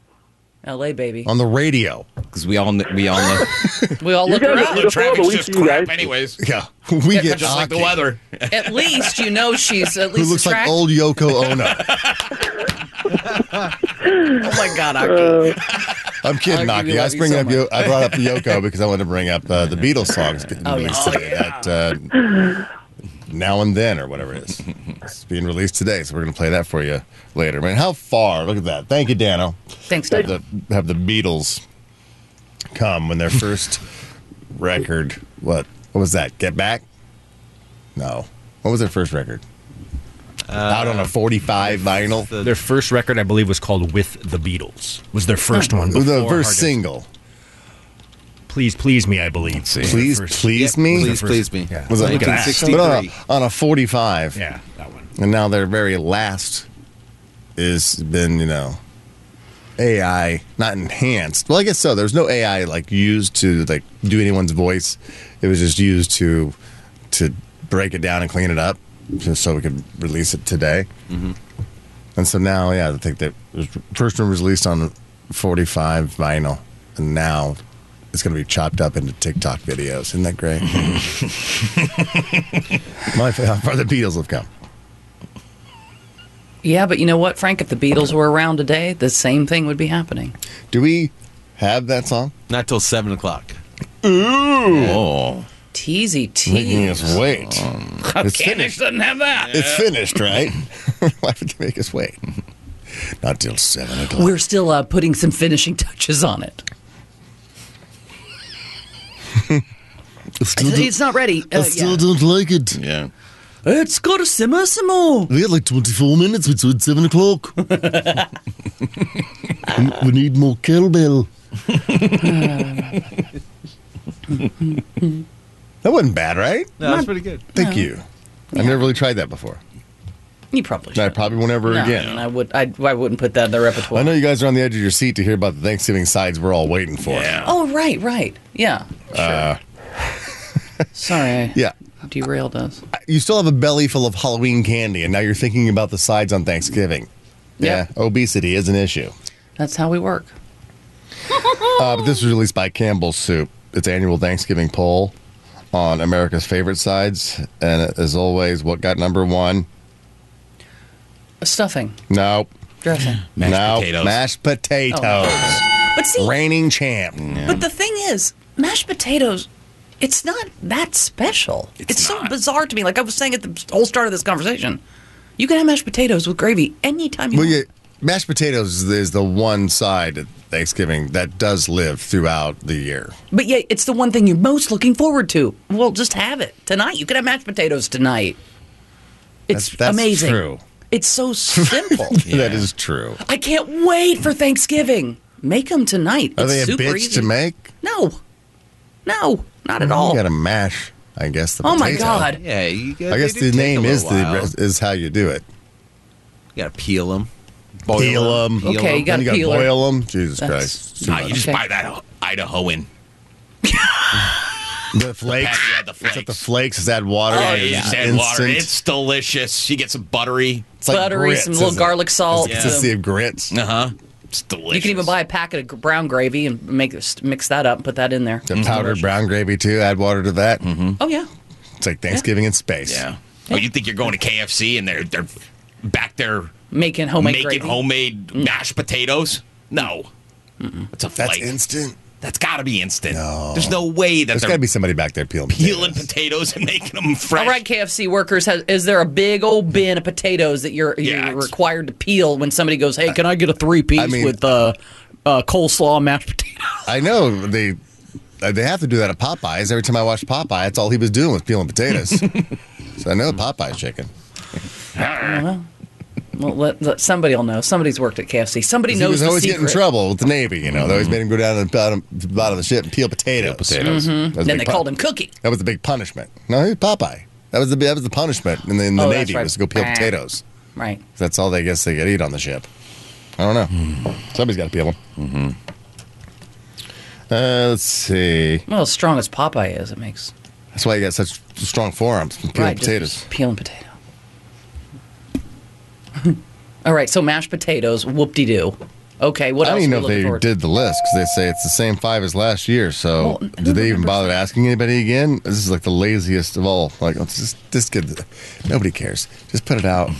Speaker 11: L.A. baby.
Speaker 10: on the radio?
Speaker 9: Because we all kn- we all know.
Speaker 11: We all
Speaker 15: You
Speaker 11: look
Speaker 15: guys are
Speaker 11: her up.
Speaker 15: beautiful, but we see you guys.
Speaker 9: anyways.
Speaker 10: Yeah, we
Speaker 11: Yeah,
Speaker 10: get
Speaker 11: just like the
Speaker 10: Aki,
Speaker 9: weather.
Speaker 11: At least you know she's at
Speaker 10: Who
Speaker 11: least
Speaker 10: looks like
Speaker 11: attract-
Speaker 10: old Yoko Ono?
Speaker 11: Oh my God, Aki.
Speaker 10: I'm kidding,
Speaker 11: Aki,
Speaker 10: Aki.
Speaker 11: we
Speaker 10: I
Speaker 11: love
Speaker 10: was
Speaker 11: you
Speaker 10: bringing
Speaker 11: so
Speaker 10: up. Yo- I brought up Yoko because I wanted to bring up uh, the Beatles songs getting
Speaker 11: Oh, yeah.
Speaker 10: released today. That uh, now and then or whatever it is. It's being released today, so we're gonna play that for you later. Man, how far? Look at that. Thank you, Dano.
Speaker 11: Thanks,
Speaker 10: Have
Speaker 11: Dad.
Speaker 10: the, have the Beatles come when their first record? What? What was that? Get Back? No. What was their first record?
Speaker 16: Uh,
Speaker 10: Out on a 45 vinyl.
Speaker 16: Their first record, I believe, was called "With the Beatles." Was their first one?
Speaker 10: The
Speaker 16: before Hard
Speaker 10: first
Speaker 16: Day's-
Speaker 10: single.
Speaker 16: "Please Please Me," I believe. was their
Speaker 10: Please,
Speaker 16: first-
Speaker 10: please
Speaker 16: Yeah,
Speaker 10: me.
Speaker 16: was their first- Yeah,
Speaker 10: Was it
Speaker 16: look at that.
Speaker 10: But on a, on a forty-five?
Speaker 16: Yeah, that one.
Speaker 10: And now their very last is been you know AI not enhanced. Well, I guess so. There's no AI like used to like do anyone's voice. It was just used to to break it down and clean it up, just so we could release it today. And so now, yeah, I think that first one was released on 45 vinyl, and now it's going to be chopped up into TikTok videos. Isn't that great? My how far the Beatles have come.
Speaker 11: Yeah, but you know what, Frank? If the Beatles were around today, the same thing would be happening.
Speaker 10: Do we have that song?
Speaker 5: Not till seven o'clock.
Speaker 10: Ooh,
Speaker 11: Teasy
Speaker 10: Oh, making
Speaker 11: tease.
Speaker 10: us wait. Um, It's
Speaker 11: Canish
Speaker 10: finished.
Speaker 11: doesn't have that.
Speaker 10: It's finished, right? Why would you make us wait? Not till seven o'clock.
Speaker 11: We're still uh, putting some finishing touches on it.
Speaker 10: Still
Speaker 11: it's not ready.
Speaker 10: I
Speaker 11: Uh,
Speaker 10: still
Speaker 11: yeah.
Speaker 10: don't like it.
Speaker 9: Yeah.
Speaker 11: It's got to simmer some more.
Speaker 10: We had like 24 minutes. It's it's 7 o'clock. we, we need more kettlebell. that wasn't bad, right?
Speaker 5: No, that's pretty good.
Speaker 10: Thank you. I've never really tried that before.
Speaker 11: You probably
Speaker 10: And I probably won't ever
Speaker 11: no,
Speaker 10: again.
Speaker 11: and I would. I, I wouldn't put that in the repertoire.
Speaker 10: I know you guys are on the edge of your seat to hear about the Thanksgiving sides we're all waiting for.
Speaker 11: Oh right, right. Yeah.
Speaker 10: Uh,
Speaker 11: Sorry.
Speaker 10: yeah.
Speaker 11: Derailed us.
Speaker 10: You still have a belly full of Halloween candy, and now you're thinking about the sides on Thanksgiving. Yeah. Obesity is an issue.
Speaker 11: That's how we work.
Speaker 10: Uh, but this was released by Campbell's Soup, its annual Thanksgiving poll on America's favorite sides. And as always, what got number one?
Speaker 11: Stuffing,
Speaker 10: Nope.
Speaker 11: dressing.
Speaker 9: Mashed
Speaker 10: no.
Speaker 9: potatoes. Oh.
Speaker 10: Mashed potatoes.
Speaker 11: But see,
Speaker 10: Reigning champ.
Speaker 11: but the thing is, mashed potatoes. It's not that special. It's, so bizarre to me. Like I was saying at the whole start of this conversation, you can have mashed potatoes with gravy anytime you
Speaker 10: Well,
Speaker 11: want.
Speaker 10: yeah, mashed potatoes is the one side at Thanksgiving that does live throughout the year.
Speaker 11: But yeah, it's the one thing you're most looking forward to. Well, just have it tonight. You can have mashed potatoes tonight. It's
Speaker 10: That's- that's
Speaker 11: amazing.
Speaker 10: true.
Speaker 11: It's so simple.
Speaker 10: That is true.
Speaker 11: I can't wait for Thanksgiving. Make them tonight.
Speaker 10: Are
Speaker 11: it's
Speaker 10: they a
Speaker 11: super
Speaker 10: bitch
Speaker 11: easy.
Speaker 10: to make?
Speaker 11: No, no, Not at all.
Speaker 10: You got to mash, I guess. The
Speaker 11: Oh my
Speaker 10: potato.
Speaker 11: God.
Speaker 5: Yeah, you got.
Speaker 10: I guess the name is the is how you do it.
Speaker 5: You got to peel them.
Speaker 10: Boil peel them.
Speaker 11: Okay, you gotta
Speaker 10: gotta
Speaker 11: peel 'em.
Speaker 10: boil them. Jesus
Speaker 11: That's-
Speaker 10: Christ. Too
Speaker 9: Nah,
Speaker 10: much.
Speaker 9: Ah, you just buy that Idahoan.
Speaker 10: the flakes.
Speaker 9: Yeah, the flakes.
Speaker 10: Is that the flakes? Is that water?
Speaker 9: Oh,
Speaker 10: Is
Speaker 9: you
Speaker 10: it
Speaker 9: just add
Speaker 10: instant?
Speaker 9: water. It's delicious. You get some buttery.
Speaker 10: It's like
Speaker 11: Buttery,
Speaker 10: grits,
Speaker 11: some little
Speaker 10: isn't it?
Speaker 11: garlic salt.
Speaker 10: It's the consistency
Speaker 11: Yeah.
Speaker 10: of grits.
Speaker 9: Uh huh. It's delicious.
Speaker 11: You can even buy a packet of gr- brown gravy and make this- mix that up and put that in there.
Speaker 10: The powdered brown gravy too. Add water to that. Mm-hmm.
Speaker 11: Oh yeah.
Speaker 10: It's like Thanksgiving in space.
Speaker 9: Yeah. Oh, you think you're going to KFC and they're they're back there
Speaker 11: Making homemade
Speaker 9: making
Speaker 11: gravy.
Speaker 9: homemade
Speaker 11: Mm.
Speaker 9: mashed potatoes? No, it's a flake. That's
Speaker 10: instant.
Speaker 9: That's got to be instant. There's no way that
Speaker 10: There's
Speaker 9: they're
Speaker 10: got to be somebody back there peeling.
Speaker 9: peeling potatoes and making them fresh.
Speaker 11: All right, KFC workers, has, is there a big old bin of potatoes that you're, you're required to peel when somebody goes, "Hey, can I get a three piece
Speaker 10: I mean-
Speaker 11: with uh, uh, coleslaw and mashed potatoes?"
Speaker 10: I know they uh, they have to do that at Popeyes. Every time I watched Popeye, that's all he was doing was peeling potatoes. so I know Popeye's chicken.
Speaker 11: Well, well, let, let- somebody will know. Somebody's worked at KFC. Somebody
Speaker 10: He
Speaker 11: knows.
Speaker 10: was
Speaker 11: the
Speaker 10: always getting in
Speaker 11: secret. Mm-hmm.
Speaker 10: trouble with the Navy. You know, they always made him go down to the bottom, the bottom of the ship and peel potatoes.
Speaker 11: potatoes. Mhm.
Speaker 10: That was a
Speaker 11: Then
Speaker 10: big
Speaker 11: they called him Cookie.
Speaker 10: That was the big punishment. No, he was Popeye. That was the that was the punishment in the, in the
Speaker 11: Oh, that's
Speaker 10: Navy
Speaker 11: right.
Speaker 10: was to go peel
Speaker 11: Bah.
Speaker 10: potatoes.
Speaker 11: Right.
Speaker 10: That's all they guess they could eat on the ship. I don't know.
Speaker 11: Hmm.
Speaker 10: Somebody's got to peel them.
Speaker 11: Mm-hmm.
Speaker 10: Uh, let's see.
Speaker 11: Well, as strong as Popeye is, it makes
Speaker 10: That's why you got such strong forearms from peeling
Speaker 11: Right, just-
Speaker 10: potatoes.
Speaker 11: just peeling potato. All right, so mashed potatoes, whoop de doo. Okay, what
Speaker 10: I don't
Speaker 11: else?
Speaker 10: even know
Speaker 11: are
Speaker 10: if
Speaker 11: we looking
Speaker 10: they
Speaker 11: forward to?
Speaker 10: did the list because they say it's the same five as last year. So did they even bother asking anybody again? This is like the laziest of all. Like let's just just get the- nobody cares. Just put it out.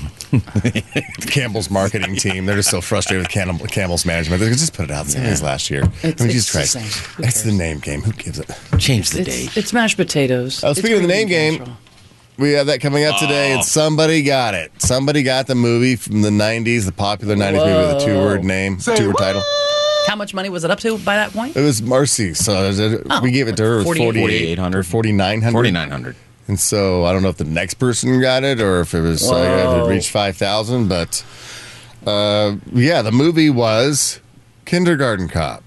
Speaker 10: Campbell's marketing team. They're just so frustrated with Campbell, Campbell's management. They're like, just put it out. Same as last year. I mean,
Speaker 11: It's-
Speaker 10: Jesus
Speaker 11: it's the
Speaker 10: Christ.
Speaker 11: same. Who
Speaker 10: That's the name game. Who gives it?
Speaker 9: Change
Speaker 11: it's, It's mashed potatoes.
Speaker 10: Uh, speaking of the name game, we have that coming up today,
Speaker 11: Oh.
Speaker 10: and somebody got it. Somebody got the movie from the '90s, the popular '90s movie with a two-word name, two-word title.
Speaker 11: How much money was it up to by that point?
Speaker 10: It was Marcy, so it was- it-
Speaker 11: Oh,
Speaker 10: we gave it to her. It was
Speaker 9: 48.
Speaker 10: 4,800. 4,900.
Speaker 9: 4,900.
Speaker 10: And so I don't know if the next person got it or if it was uh, if
Speaker 11: Whoa.
Speaker 10: it reached 5,000, but uh, yeah, the movie was Kindergarten Cop.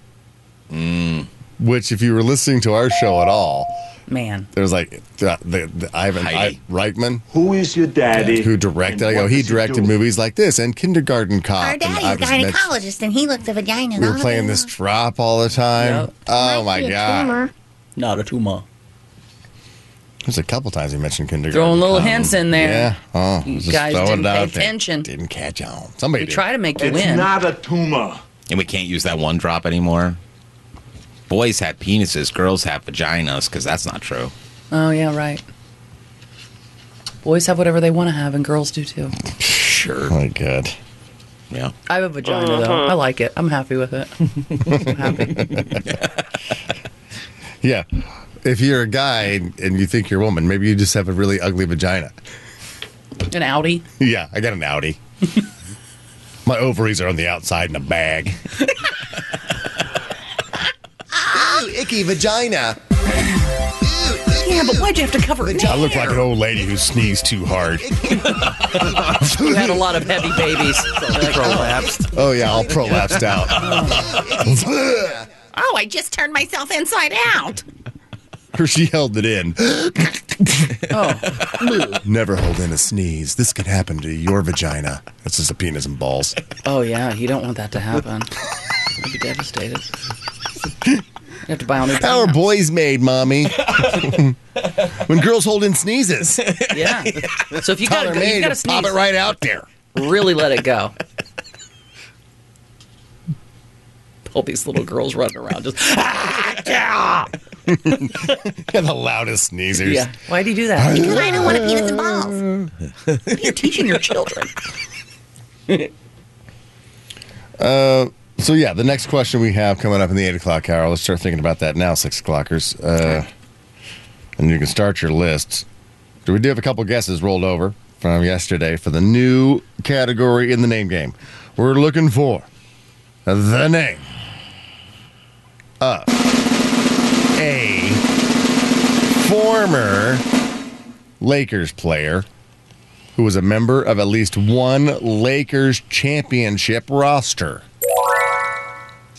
Speaker 10: Which, if you were listening to our show at all,
Speaker 11: Man.
Speaker 10: there was like uh, the, the Ivan I,
Speaker 11: Heidi.
Speaker 10: Reitman,
Speaker 12: Who is your daddy?
Speaker 10: who directed. I
Speaker 12: And
Speaker 10: go,
Speaker 12: what
Speaker 10: he
Speaker 12: does he
Speaker 10: directed
Speaker 12: do?
Speaker 10: movies like this and Kindergarten Cop.
Speaker 8: Our
Speaker 10: and I
Speaker 8: daddy's a
Speaker 10: was mentioned-
Speaker 8: gynecologist, and he looks at vagina.
Speaker 10: we were playing this drop all the time.
Speaker 11: Yep.
Speaker 10: Oh my god!
Speaker 11: Not a tumor.
Speaker 10: There's a couple times he mentioned kindergarten. Um,
Speaker 11: Throwing little hints in there.
Speaker 10: Yeah. Oh,
Speaker 11: You
Speaker 10: just
Speaker 11: guys
Speaker 10: throw
Speaker 11: didn't
Speaker 10: it
Speaker 11: pay
Speaker 10: out there.
Speaker 11: attention.
Speaker 10: Didn't catch on. Somebody
Speaker 11: We
Speaker 10: did.
Speaker 11: try to make you
Speaker 12: It's
Speaker 11: win.
Speaker 12: not a tumor.
Speaker 9: and we can't use that one drop anymore. Boys have penises, girls have vaginas, because that's not true.
Speaker 11: oh yeah, right. Boys have whatever they want to have, and girls do too.
Speaker 9: Sure.
Speaker 10: My God.
Speaker 9: Yeah.
Speaker 11: I have a vagina though. I like it. I'm happy with it. I'm happy.
Speaker 10: Yeah. If you're a guy and you think you're a woman, maybe you just have a really ugly vagina.
Speaker 11: An Audi.
Speaker 10: Yeah, I got an Audi. My ovaries are on the outside in a bag. Ooh, icky vagina.
Speaker 11: Yeah, but why'd you have to cover it?
Speaker 10: I look like an old lady who sneezed too hard.
Speaker 11: You had a lot of heavy babies.
Speaker 10: Prolapsed. Oh yeah, all prolapsed out.
Speaker 4: Oh, I just turned myself inside out.
Speaker 10: or she held it in.
Speaker 11: oh.
Speaker 10: Never hold in a sneeze. This could happen to your vagina. This is a penis and balls.
Speaker 11: Oh yeah, you don't want that to happen. I'd be devastated. You have to buy all new.
Speaker 10: How are boys made, mommy? when girls hold in sneezes,
Speaker 11: Yeah. So if you got
Speaker 10: Tyler
Speaker 11: to go,
Speaker 10: Maid
Speaker 11: you got to
Speaker 10: will pop
Speaker 11: sneeze.
Speaker 10: it right out there.
Speaker 11: Really let it go. All these little girls running around just. ah, yeah.
Speaker 10: You're the loudest sneezers.
Speaker 11: Yeah. Why do you do that?
Speaker 8: Because I don't want to penis and balls.
Speaker 11: What are you teaching your children?
Speaker 10: Uh, so yeah, the next question we have coming up in the eight o'clock hour. Let's start thinking about that now, six o'clockers. Uh, and you can start your list. So we do have a couple guesses rolled over from yesterday for the new category in the name game. We're looking for the name of a former Lakers player who was a member of at least one Lakers championship roster.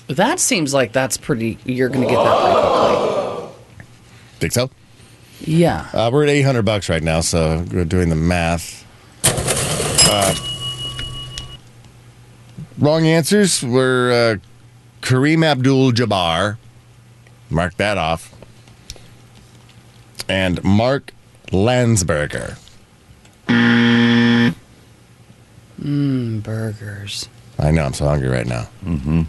Speaker 11: That seems like that's pretty. You're going to get that.
Speaker 10: Think so?
Speaker 11: Yeah.
Speaker 10: Uh, we're at 800 bucks right now, so we're doing the math. Uh, wrong answers were uh, Kareem Abdul Jabbar. Mark that off. And Mark Landsberger.
Speaker 11: Mmm, burgers.
Speaker 10: I know, I'm so hungry right now. Mm-hmm.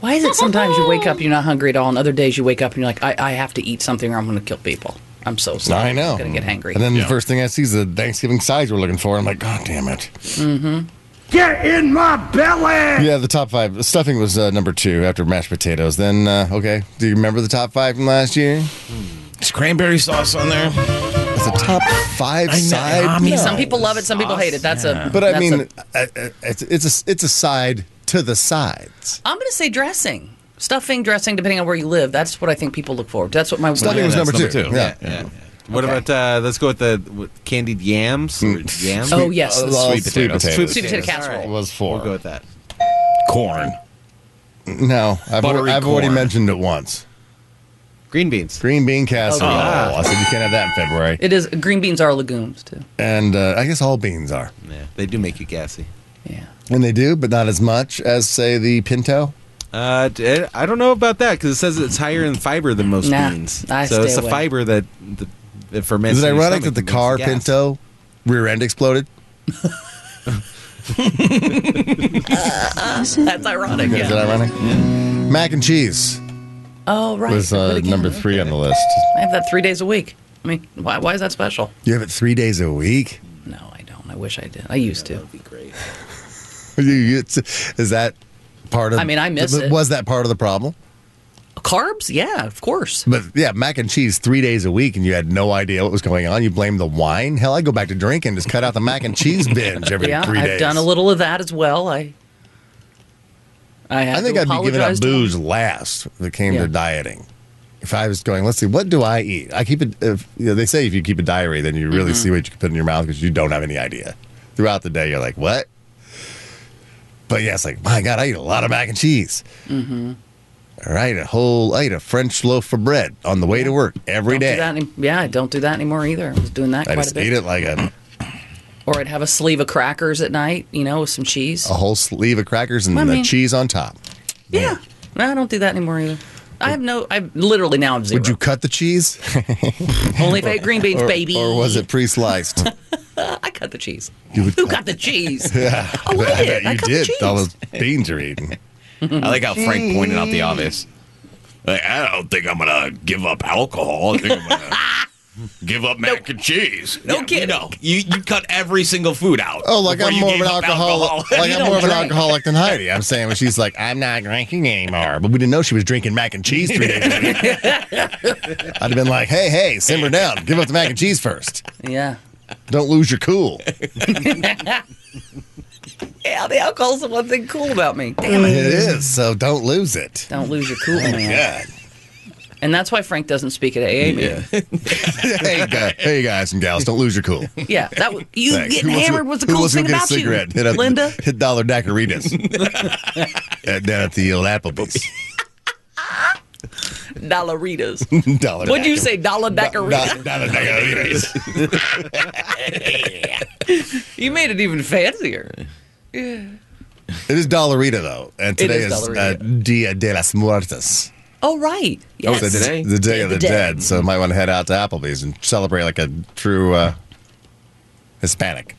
Speaker 11: Why is it sometimes you wake up and you're not hungry at all, and other days you wake up and you're like, I, I have to eat something or I'm going to kill people? I'm so sorry.
Speaker 10: I know.
Speaker 11: I'm going to get hangry.
Speaker 10: And then the first thing I see is the Thanksgiving sides we're looking for. I'm like, God damn it.
Speaker 11: Mm-hmm.
Speaker 12: Get in my belly!
Speaker 10: Yeah, the top five. Stuffing was uh, number two after mashed potatoes. Then, uh, okay, do you remember the top five from last year?
Speaker 9: It's cranberry sauce on there.
Speaker 10: It's a top five
Speaker 11: I know.
Speaker 10: side.
Speaker 11: I mean, some people love it, some people hate it. That's a-
Speaker 10: But I
Speaker 11: that's
Speaker 10: mean,
Speaker 11: a-
Speaker 10: I- I- it's it's a it's a side to the sides.
Speaker 11: I'm going to say dressing. Stuffing, dressing, depending on where you live. That's what I think people look for. That's what my
Speaker 10: Stuffing was
Speaker 5: that's
Speaker 10: number two. Yeah.
Speaker 5: yeah. What about uh, let's go with the with candied yams? Or yams?
Speaker 11: Oh, yes, the
Speaker 10: Uh, Well,
Speaker 11: sweet
Speaker 10: Mm.
Speaker 11: potatoes.
Speaker 10: Sweet
Speaker 11: Sweet
Speaker 10: potatoes.
Speaker 11: potato casserole.
Speaker 10: All right. Was four.
Speaker 5: We'll go with that.
Speaker 9: Corn.
Speaker 10: No, I've,
Speaker 9: Buttery
Speaker 10: I've already
Speaker 9: corn.
Speaker 10: mentioned it once.
Speaker 5: Green beans.
Speaker 10: Green bean casserole.
Speaker 11: Oh, yeah.
Speaker 10: I said you can't have that in February.
Speaker 11: It is green beans are legumes too.
Speaker 10: And uh, I guess all beans are.
Speaker 5: Yeah, they do make you gassy.
Speaker 10: And they do, but not as much as say the pinto.
Speaker 5: Uh, d- I don't know about that because it says it's higher in fiber than most
Speaker 10: Nah,
Speaker 5: beans.
Speaker 10: I
Speaker 5: so it's
Speaker 10: stay
Speaker 5: the
Speaker 10: away.
Speaker 5: fiber that, that, that ferments.
Speaker 10: is it
Speaker 5: in your
Speaker 10: ironic
Speaker 5: stomach
Speaker 10: that the
Speaker 5: and makes
Speaker 10: car
Speaker 5: you gas.
Speaker 10: pinto rear end exploded?
Speaker 11: That's ironic.
Speaker 10: Is that
Speaker 11: Yeah.
Speaker 10: ironic? Mac and cheese
Speaker 11: Oh right.
Speaker 10: was
Speaker 11: But
Speaker 10: uh,
Speaker 11: again,
Speaker 10: number three on the list.
Speaker 11: I have that three days a week. I mean, why, why is that special?
Speaker 10: You have it three days a week.
Speaker 11: And I wish I did. I used to.
Speaker 10: You- you- it's- Is that part of?
Speaker 11: I mean, I miss it.
Speaker 10: Was that part of the problem?
Speaker 11: Carbs? Yeah, of course.
Speaker 10: But yeah, mac and cheese three days a week, and you had no idea what was going on. You blame the wine. Hell, I go back to drinking, just cut out the mac and cheese binge every
Speaker 11: yeah,
Speaker 10: three
Speaker 11: I've
Speaker 10: days.
Speaker 11: done a little of that as well. I. I, had
Speaker 10: I think
Speaker 11: to
Speaker 10: I'd be giving
Speaker 11: apologize
Speaker 10: up
Speaker 11: to-
Speaker 10: booze last when it came
Speaker 11: Yeah.
Speaker 10: to dieting. If I was going, let's see, what do I eat? I keep it. If, you know, they say if you keep a diary, then you really
Speaker 11: Mhm.
Speaker 10: see what you can put in your mouth because you don't have any idea. Throughout the day, you're like, what? But yeah, it's like, my God, I eat a lot of mac and cheese.
Speaker 11: Mhm.
Speaker 10: All right, a whole, I ate a French loaf of bread on the way to work every
Speaker 11: Don't
Speaker 10: day.
Speaker 11: do that any- yeah, I don't do that anymore either. I was doing that
Speaker 10: I
Speaker 11: quite
Speaker 10: just
Speaker 11: a bit.
Speaker 10: ate it like a,
Speaker 11: Or I'd have a sleeve of crackers at night, you know, with some cheese.
Speaker 10: a whole sleeve of crackers and
Speaker 11: I
Speaker 10: the
Speaker 11: mean-
Speaker 10: cheese on top.
Speaker 11: yeah. No, I don't do that anymore either. I have no. I literally now have zero.
Speaker 10: Would you cut the cheese?
Speaker 11: Only if I ate green beans,
Speaker 10: Or-
Speaker 11: baby.
Speaker 10: Or was it pre sliced?
Speaker 11: I cut the cheese.
Speaker 10: You would
Speaker 11: Who got the cheese?
Speaker 10: Yeah.
Speaker 11: Oh, I
Speaker 10: bet
Speaker 11: did. I
Speaker 10: you
Speaker 11: cut the
Speaker 10: did.
Speaker 11: cheese.
Speaker 10: All those beans you're eating.
Speaker 9: I like how Frank pointed out
Speaker 10: Mm-hmm.
Speaker 9: the obvious. Like, I don't think I'm gonna give up alcohol. I think I'm gonna give up mac and cheese. No kidding. No, you you cut every single food out.
Speaker 10: Oh, like
Speaker 9: before
Speaker 10: I'm
Speaker 9: you
Speaker 10: more of
Speaker 9: gave
Speaker 10: an
Speaker 9: up
Speaker 10: alcoholic. Like
Speaker 9: You
Speaker 10: I'm
Speaker 9: don't
Speaker 10: more of an
Speaker 9: drink.
Speaker 10: alcoholic than Heidi. I'm saying when she's like, I'm not drinking anymore, but we didn't know she was drinking mac and cheese three days a week. I'd have been like, Hey, hey, simmer down. Give up the mac and cheese first.
Speaker 11: Yeah.
Speaker 10: Don't lose your cool.
Speaker 11: Yeah, the alcohol's the one thing cool about me. Damn
Speaker 10: It
Speaker 11: it.
Speaker 10: is. So don't lose it.
Speaker 11: Don't lose your
Speaker 10: Oh,
Speaker 11: cool, man.
Speaker 10: Yeah.
Speaker 11: And that's why Frank doesn't speak at AA meeting.
Speaker 10: hey, guys, hey, guys and gals, don't lose your cool.
Speaker 11: Yeah, that was, you
Speaker 10: Thanks.
Speaker 11: getting
Speaker 10: Who wants to-
Speaker 11: hammered was the
Speaker 10: who
Speaker 11: coolest
Speaker 10: wants to
Speaker 11: thing
Speaker 10: get a
Speaker 11: about you,
Speaker 10: cigarette? Hit up-
Speaker 11: Linda.
Speaker 10: Hit dollar daiquiritas at, down at the old Applebee's.
Speaker 11: Dollaritas.
Speaker 10: dollar.
Speaker 11: What'd you say, dollar
Speaker 10: Dollar
Speaker 11: daiquirita?
Speaker 10: daiquiritas.
Speaker 11: you made it even fancier. Yeah.
Speaker 10: It is Dollarita though, and
Speaker 11: It
Speaker 10: today
Speaker 11: is
Speaker 10: is, uh, Dia de las Muertas.
Speaker 11: Oh, right. Yes.
Speaker 10: the, the Day of the, dead. So might want to head out to Applebee's and celebrate like a true uh, Hispanic.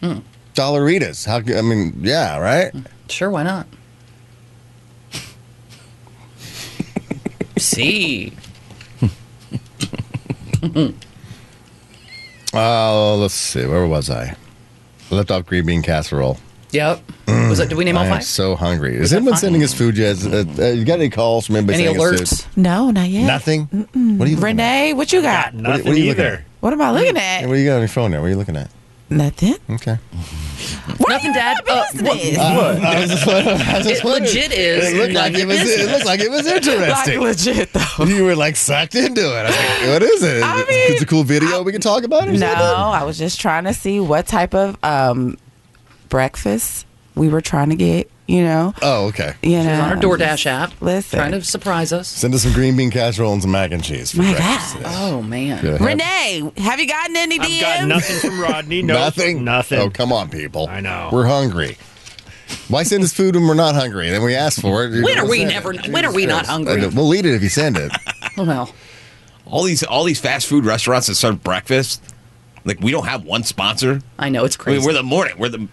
Speaker 11: Hmm.
Speaker 10: Dollaritas. How? c- I mean, yeah, right.
Speaker 11: Sure, why not? See.
Speaker 10: Oh, let's see. Where was I? Left off green bean casserole.
Speaker 11: Yep. Was that? Did we name all
Speaker 10: Mm. I am
Speaker 11: five?
Speaker 10: so hungry. Is anyone sending us food yet? Is- Uh, uh, you got any calls from anybody?
Speaker 11: Any
Speaker 10: sending Us
Speaker 11: alerts?
Speaker 10: food?
Speaker 17: No, not yet.
Speaker 10: Nothing.
Speaker 17: Mm-mm.
Speaker 10: What are you looking
Speaker 17: Renee? What you got?
Speaker 10: What are- what are you looking at?
Speaker 17: What am I looking at?
Speaker 10: Hey, What do you got on your phone there? What are you looking at?
Speaker 17: Nothing.
Speaker 10: Okay.
Speaker 11: Nothing, Dad. Uh,
Speaker 10: Uh, I was just- I was just
Speaker 11: It
Speaker 10: wondering.
Speaker 11: legit is
Speaker 10: It looked like it was.
Speaker 17: nothing.
Speaker 10: It looked like it was
Speaker 17: Like
Speaker 10: interesting.
Speaker 17: legit,
Speaker 10: though. You were like sucked into it. I was like, what is it?
Speaker 17: I
Speaker 10: Is it- it's a cool video we can talk about. Or
Speaker 17: No,
Speaker 10: something?
Speaker 17: I was just trying to see what type of um, breakfast we were trying to get, you know.
Speaker 10: Oh, okay.
Speaker 17: You know,
Speaker 11: She's on her DoorDash app.
Speaker 17: Listen.
Speaker 11: Trying to surprise us.
Speaker 10: Send us some green bean casserole and some mac and cheese. For
Speaker 17: My
Speaker 10: breakfast.
Speaker 17: God.
Speaker 11: Oh, man.
Speaker 10: Yeah.
Speaker 17: Renee, have you gotten any DMs?
Speaker 10: I've got
Speaker 16: nothing from Rodney. No,
Speaker 10: nothing. Nothing. Oh, come on, people. I know. We're hungry. Why send us food when we're not hungry? And then we ask for it.
Speaker 11: When are we
Speaker 10: Send it.
Speaker 11: never- when are we not hungry?
Speaker 10: I know. We'll eat it if you send it.
Speaker 11: Oh, well.
Speaker 9: All these all these fast food restaurants that serve breakfast, like we don't have one sponsor.
Speaker 11: I know it's
Speaker 9: I mean,
Speaker 11: crazy.
Speaker 9: we're the morning. We're the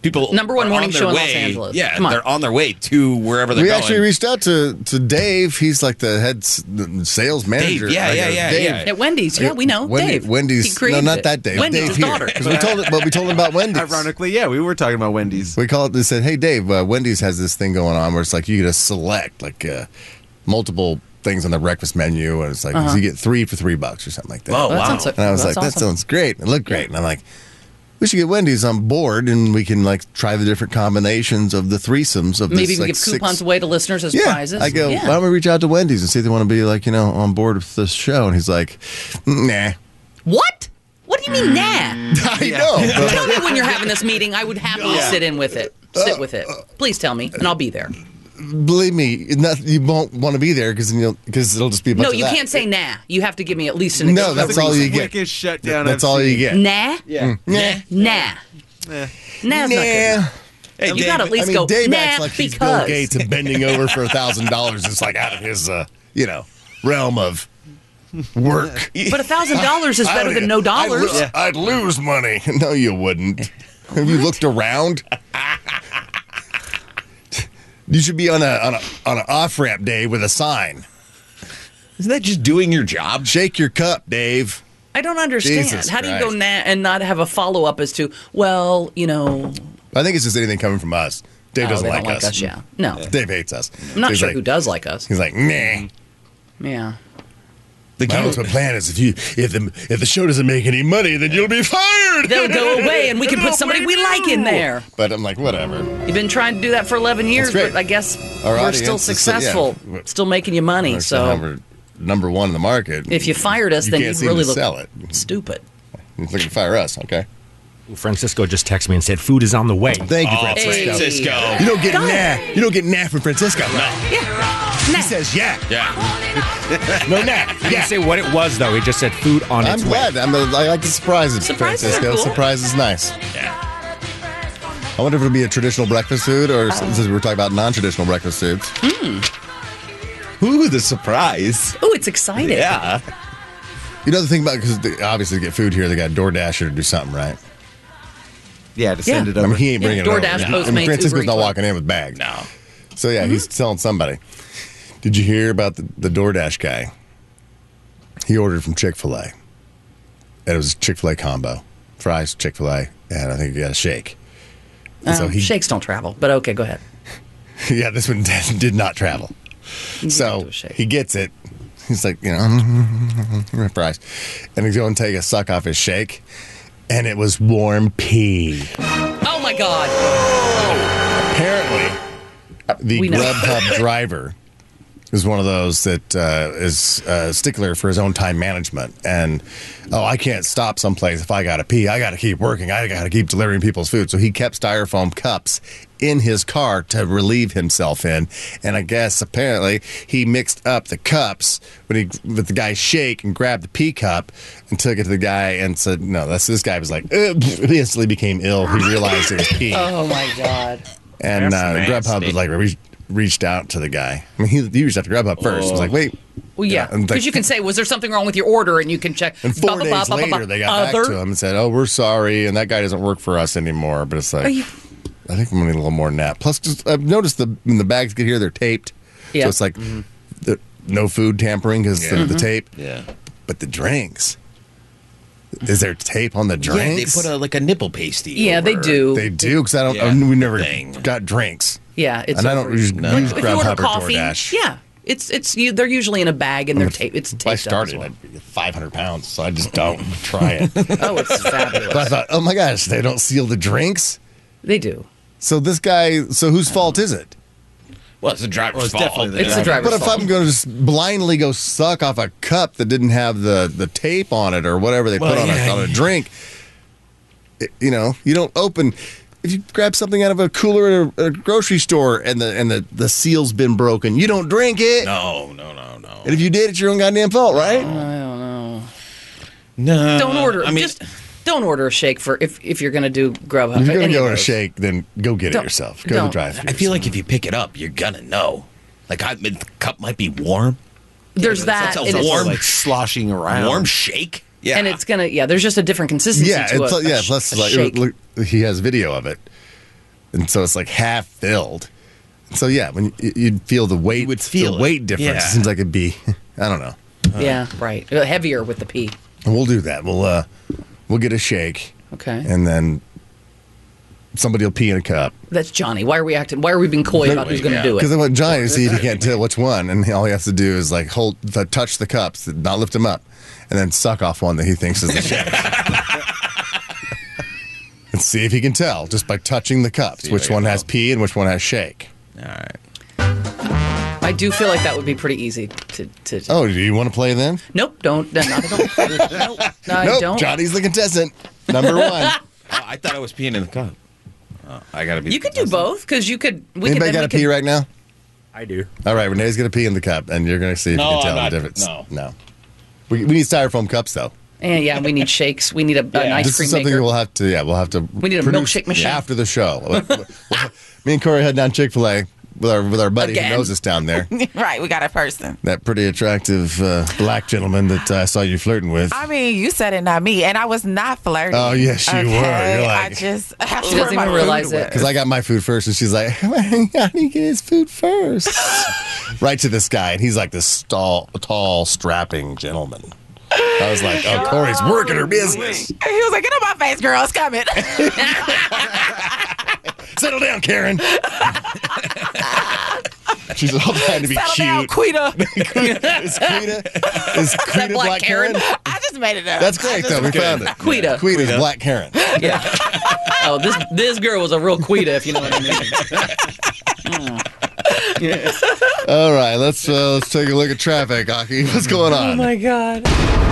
Speaker 9: people.
Speaker 11: Number one
Speaker 9: are
Speaker 11: morning
Speaker 9: on their
Speaker 11: show in
Speaker 9: way,
Speaker 11: Los Angeles.
Speaker 9: Yeah,
Speaker 11: Come on.
Speaker 9: they're on their way to wherever they're
Speaker 10: we
Speaker 9: going.
Speaker 10: actually reached out to to Dave. He's like the head s- the sales manager.
Speaker 9: yeah,
Speaker 10: Like,
Speaker 9: yeah,
Speaker 10: uh,
Speaker 9: yeah,
Speaker 10: Dave.
Speaker 9: yeah.
Speaker 11: At Wendy's. Yeah, we know.
Speaker 10: Wendy-
Speaker 11: Dave. He
Speaker 10: Wendy's. No,
Speaker 11: created
Speaker 10: not
Speaker 11: it.
Speaker 10: that Dave.
Speaker 11: Wendy's
Speaker 10: Dave
Speaker 11: daughter.
Speaker 10: Because we told it, but we told him about Wendy's.
Speaker 5: Ironically, yeah, we were talking about Wendy's.
Speaker 10: We called. They said, "Hey, Dave, uh, Wendy's has this thing going on where it's like you get to select like uh, multiple." Things on the breakfast menu, and it's like
Speaker 11: Uh-huh.
Speaker 10: you get three for three bucks or something like that.
Speaker 11: Whoa, That wow. sounds like-
Speaker 10: Oh, and I was
Speaker 11: that's
Speaker 10: like, that
Speaker 11: awesome.
Speaker 10: sounds great. It looked great. And I'm like, we should get Wendy's on board, and we can like try the different combinations of the threesomes of
Speaker 11: Maybe
Speaker 10: this,
Speaker 11: we
Speaker 10: like,
Speaker 11: give
Speaker 10: six-
Speaker 11: coupons away to listeners as prizes.
Speaker 10: I go,
Speaker 11: Yeah.
Speaker 10: why don't we reach out to Wendy's and see if they want to be like, you know, on board with this show? And he's like, nah.
Speaker 11: What? What do you mean, nah?
Speaker 10: I know.
Speaker 11: Tell me when you're having this meeting. I would happily
Speaker 10: Yeah. Uh,
Speaker 11: sit in with it. Sit with it. Please tell me, and I'll be there.
Speaker 10: Believe me, not, you won't want to be there because you'll because it'll just be a bunch
Speaker 11: No,
Speaker 10: of
Speaker 11: you
Speaker 10: that.
Speaker 11: can't say nah. You have to give me at least an
Speaker 10: No, Mm.
Speaker 11: excuse.
Speaker 10: that's all you get.
Speaker 5: Quickest shutdown.
Speaker 10: That's
Speaker 5: I've
Speaker 10: all you
Speaker 5: seen.
Speaker 10: get.
Speaker 11: Nah.
Speaker 5: Yeah.
Speaker 10: Nah.
Speaker 11: Nah. Nah's not good
Speaker 10: Nah.
Speaker 11: enough. you gotta at least
Speaker 10: I mean,
Speaker 11: go
Speaker 10: Dave
Speaker 11: nah
Speaker 10: acts like
Speaker 11: because.
Speaker 10: he's Bill Gates and bending over for a thousand dollars is like out of his, uh, you know, realm of work.
Speaker 11: But a thousand dollars is
Speaker 10: I
Speaker 11: better
Speaker 10: don't
Speaker 11: than
Speaker 10: even-
Speaker 11: no
Speaker 10: I'd lo-
Speaker 11: dollars.
Speaker 10: I'd lose money. No, you wouldn't. Have you looked around? you should be on a on a on an off ramp day with a sign.
Speaker 9: Isn't that just doing your job?
Speaker 10: Shake your cup, Dave.
Speaker 11: I don't understand.
Speaker 10: Jesus
Speaker 11: How do you go
Speaker 10: Christ.
Speaker 11: nah and not have a follow up as to well, you know,
Speaker 10: I think it's just anything coming from us. Dave
Speaker 11: Oh,
Speaker 10: doesn't
Speaker 11: they
Speaker 10: like,
Speaker 11: don't like
Speaker 10: us.
Speaker 11: us, yeah. No.
Speaker 10: Dave hates us.
Speaker 11: I'm not
Speaker 10: He's
Speaker 11: sure
Speaker 10: like-
Speaker 11: who does like us.
Speaker 10: He's like, nah.
Speaker 11: Yeah.
Speaker 9: The
Speaker 10: My ultimate plan is if you if the if the show doesn't make any money, then you'll be fired.
Speaker 11: They'll go away and we can put somebody we like in there.
Speaker 10: But I'm like, whatever.
Speaker 11: You've been trying to do that for 11 years,
Speaker 10: great.
Speaker 11: but I guess
Speaker 10: Our
Speaker 11: we're still
Speaker 10: audience is still- yeah.
Speaker 11: successful, still making you money.
Speaker 10: We're
Speaker 11: So
Speaker 10: number, number one in the market.
Speaker 11: if you fired us,
Speaker 10: You
Speaker 11: then
Speaker 10: can't
Speaker 11: you'd
Speaker 10: seem
Speaker 11: really
Speaker 10: to
Speaker 11: look
Speaker 10: sell it.
Speaker 11: stupid.
Speaker 10: He's looking to fire us. Okay.
Speaker 16: Francisco just texted me and said food is on the way.
Speaker 10: Thank you, Francisco.
Speaker 9: Oh, Francisco.
Speaker 10: You don't get
Speaker 11: Got
Speaker 10: nah. You don't get nah from Francisco.
Speaker 11: Nah.
Speaker 10: He says yeah.
Speaker 9: Yeah.
Speaker 10: No nah.
Speaker 16: He
Speaker 10: Yeah.
Speaker 16: didn't say what it was though. He just said food on
Speaker 10: I'm
Speaker 16: its way.
Speaker 10: glad. I'm a, I like the surprises,
Speaker 11: Surprises are
Speaker 10: Francisco.
Speaker 11: cool.
Speaker 10: Surprise is nice.
Speaker 9: Yeah.
Speaker 10: I wonder if it'll be a traditional breakfast food, or since we're talking about non-traditional breakfast foods.
Speaker 9: Ooh, the surprise.
Speaker 11: Oh, it's exciting.
Speaker 9: Yeah.
Speaker 10: You know the thing about because obviously to get food here, they got DoorDash or to do something, right?
Speaker 5: Yeah, to send
Speaker 11: Yeah.
Speaker 5: it
Speaker 10: I
Speaker 5: over.
Speaker 10: mean, he ain't
Speaker 11: Yeah,
Speaker 10: bringing it
Speaker 11: DoorDash,
Speaker 10: over.
Speaker 11: Postmates,
Speaker 10: I mean, Francisco's
Speaker 11: Uber
Speaker 10: not
Speaker 11: Eats. Mm-hmm.
Speaker 10: walking in with bags.
Speaker 9: No.
Speaker 10: So yeah, he's telling somebody. Did you hear about the, the DoorDash guy? He ordered from Chick Fil A, and it was Chick Fil A combo: fries, Chick Fil A, and I think he got a shake. And
Speaker 11: Oh,
Speaker 10: so he,
Speaker 11: shakes don't travel, but okay, go ahead.
Speaker 10: yeah, this one did not travel.
Speaker 11: do
Speaker 10: So
Speaker 11: a shake.
Speaker 10: he gets it. He's like, you know, fries, and he's going to take a suck off his shake, and it was warm pee.
Speaker 11: Oh my God.
Speaker 10: Apparently, the
Speaker 11: We know.
Speaker 10: Grubhub driver is one of those that uh, is a stickler for his own time management. And oh, I can't stop someplace if I got to pee. I got to keep working. I got to keep delivering people's food. So he kept styrofoam cups in his car to relieve himself in. And I guess apparently he mixed up the cups when he with the guy's shake and grabbed the pee cup and took it to the guy and said, "No, that's this guy was like." Ugh. He instantly became ill. He realized it was pee.
Speaker 11: Oh my God.
Speaker 10: And
Speaker 9: That's
Speaker 10: uh,
Speaker 9: nasty.
Speaker 10: Grubhub was like re- reached out to the guy. I mean, he, he reached out to Grubhub first. He
Speaker 9: Oh.
Speaker 10: was like, wait.
Speaker 11: Well, yeah,
Speaker 10: and
Speaker 11: because
Speaker 10: like-
Speaker 11: you can say, was there something wrong with your order? And you can check.
Speaker 10: And four
Speaker 11: blah, blah,
Speaker 10: days
Speaker 11: blah, blah,
Speaker 10: later,
Speaker 11: blah,
Speaker 10: they got
Speaker 11: other.
Speaker 10: back to him and said, oh, we're sorry, and that guy doesn't work for us anymore. But it's like,
Speaker 11: Are you-
Speaker 10: I think I'm gonna need a little more than that. Plus, just I've noticed the when the bags get here, they're taped.
Speaker 11: Yeah.
Speaker 10: So it's like the, no food tampering because
Speaker 9: Mm-hmm. Yeah. Mm-hmm.
Speaker 10: of the tape.
Speaker 9: Yeah.
Speaker 10: But the drinks. Is there tape on the
Speaker 9: Yeah, they
Speaker 10: drinks?
Speaker 9: put a, like a nipple pasty.
Speaker 11: Yeah, they
Speaker 9: over.
Speaker 11: do.
Speaker 10: they do because I don't. I
Speaker 9: Yeah.
Speaker 10: mean, we never
Speaker 9: Thing.
Speaker 10: got drinks.
Speaker 11: yeah, it's
Speaker 10: and I don't
Speaker 11: over.
Speaker 10: use,
Speaker 9: No.
Speaker 10: use
Speaker 11: if you order
Speaker 10: Grubhub or
Speaker 11: coffee,
Speaker 10: DoorDash.
Speaker 11: yeah, it's it's you, they're usually in a bag and they're taped. It's taped
Speaker 10: I
Speaker 11: Up
Speaker 10: started
Speaker 11: as
Speaker 10: at 500 pounds, so I just don't try it. but
Speaker 11: well. Oh, it's
Speaker 10: I
Speaker 11: fabulous.
Speaker 10: thought, oh my gosh, they don't seal the drinks.
Speaker 11: They do.
Speaker 10: So this guy, so whose fault is it?
Speaker 9: Well, it's the driver's
Speaker 5: Well, it's
Speaker 9: fault.
Speaker 5: definitely the
Speaker 11: It's the driver's
Speaker 10: But if
Speaker 11: fault.
Speaker 10: I'm going to just blindly go suck off a cup that didn't have the the tape on it or whatever they
Speaker 9: Well,
Speaker 10: put on,
Speaker 9: yeah,
Speaker 10: a, on a
Speaker 9: yeah.
Speaker 10: drink, it- you know, you don't open. if you grab something out of a cooler at a, a grocery store and the and the, the seal's been broken, you don't drink it.
Speaker 9: No, no, no, no.
Speaker 10: And if you did, it's your own goddamn fault, right? I
Speaker 11: don't know.
Speaker 9: No.
Speaker 11: don't order.
Speaker 10: I mean-
Speaker 11: just don't order a shake for if if you're gonna do Grubhub.
Speaker 10: If you're gonna
Speaker 11: Any
Speaker 10: go
Speaker 11: of
Speaker 10: to a
Speaker 11: those.
Speaker 10: shake, then go get it
Speaker 11: Don't-
Speaker 10: yourself. Go to the
Speaker 11: don't.
Speaker 10: drive-through.
Speaker 9: I feel like if you pick it up, you're gonna know. Like I, the cup might be warm.
Speaker 11: There's
Speaker 9: Yeah,
Speaker 11: that.
Speaker 9: It's
Speaker 11: and
Speaker 9: a
Speaker 11: it's-
Speaker 9: warm,
Speaker 5: sloshing
Speaker 9: warm shake. Yeah.
Speaker 11: And it's gonna yeah. There's just a different consistency.
Speaker 10: yeah,
Speaker 11: to
Speaker 10: it's
Speaker 11: a,
Speaker 10: like, yeah.
Speaker 11: a sh-
Speaker 10: plus,
Speaker 11: a
Speaker 10: like,
Speaker 11: shake.
Speaker 10: look, he has video of it, and so it's like half filled. So yeah, when you, you'd feel the weight, would
Speaker 11: feel
Speaker 10: the
Speaker 11: it.
Speaker 10: weight difference.
Speaker 11: Yeah.
Speaker 10: It seems like it'd be, I don't know.
Speaker 11: yeah, right. Uh, Heavier with the pee.
Speaker 10: And we'll do that. We'll uh, we'll get a shake.
Speaker 11: Okay.
Speaker 10: And then somebody will pee in a cup.
Speaker 11: That's Johnny. Why are we acting? Why are we being coy about who's gonna do it?
Speaker 10: Because I want Johnny to see if he can't tell which one, and all he has to do is like hold, the, touch the cups, not lift them up, and then suck off one that he thinks is the shake. and see if he can tell just by touching the cups which one has pee and which one has shake.
Speaker 9: All right.
Speaker 11: I do feel like that would be pretty easy to. to
Speaker 10: Oh, do you want to play then?
Speaker 11: Nope, don't. no, Not at all. nope, no, I
Speaker 10: nope,
Speaker 11: don't.
Speaker 10: Johnny's the contestant. Number one.
Speaker 9: Oh, I thought I was peeing in the cup. Oh, I gotta be.
Speaker 11: You could do both because you could. We
Speaker 10: Anybody
Speaker 11: could, then
Speaker 10: got
Speaker 11: we
Speaker 10: to
Speaker 11: could,
Speaker 10: pee right now?
Speaker 16: I do.
Speaker 10: All right, Renee's going to pee in the cup, and you're going to see if
Speaker 9: No,
Speaker 10: you can tell
Speaker 9: I'm not-
Speaker 10: the difference.
Speaker 9: no.
Speaker 10: No. We, we need styrofoam cups, though.
Speaker 11: Eh, yeah, we need shakes. We need a, an ice
Speaker 10: this
Speaker 11: cream
Speaker 10: is something
Speaker 11: maker.
Speaker 10: we'll have to. Yeah, we'll have to.
Speaker 11: We need a
Speaker 10: produce
Speaker 11: milkshake machine.
Speaker 10: after the show. We'll- we'll- Me and Corey head down Chick Fil A with our with our buddy
Speaker 17: Again.
Speaker 10: who knows us down there.
Speaker 17: right, we got a person.
Speaker 10: that pretty attractive uh, black gentleman that I saw you flirting with.
Speaker 17: I mean, you said it, not me, and I was not flirting.
Speaker 10: Oh, yes, you were. You're like-
Speaker 17: I just I
Speaker 11: She doesn't even realize it.
Speaker 10: Because I got my food first, and she's like, "How do you get his food first? right to this guy, and he's like this tall, tall, strapping gentleman. I was like, "Oh, Corey's working her business."
Speaker 17: He was like, "Get on my face, girl. It's coming."
Speaker 10: Settle down, Karen. She's all trying to be
Speaker 17: Settle
Speaker 10: cute.
Speaker 17: down, Quita.
Speaker 10: is Quita is Quita black, Karen?
Speaker 17: I just made it up.
Speaker 10: That's great though. We found it.
Speaker 11: Quita.
Speaker 10: Quita's black Karen.
Speaker 11: Yeah. oh, this this girl was a real quita, if you know what I mean. Mm. Yeah.
Speaker 10: All right, let's uh, let's take a look at traffic, Aki. What's going on?
Speaker 11: my god.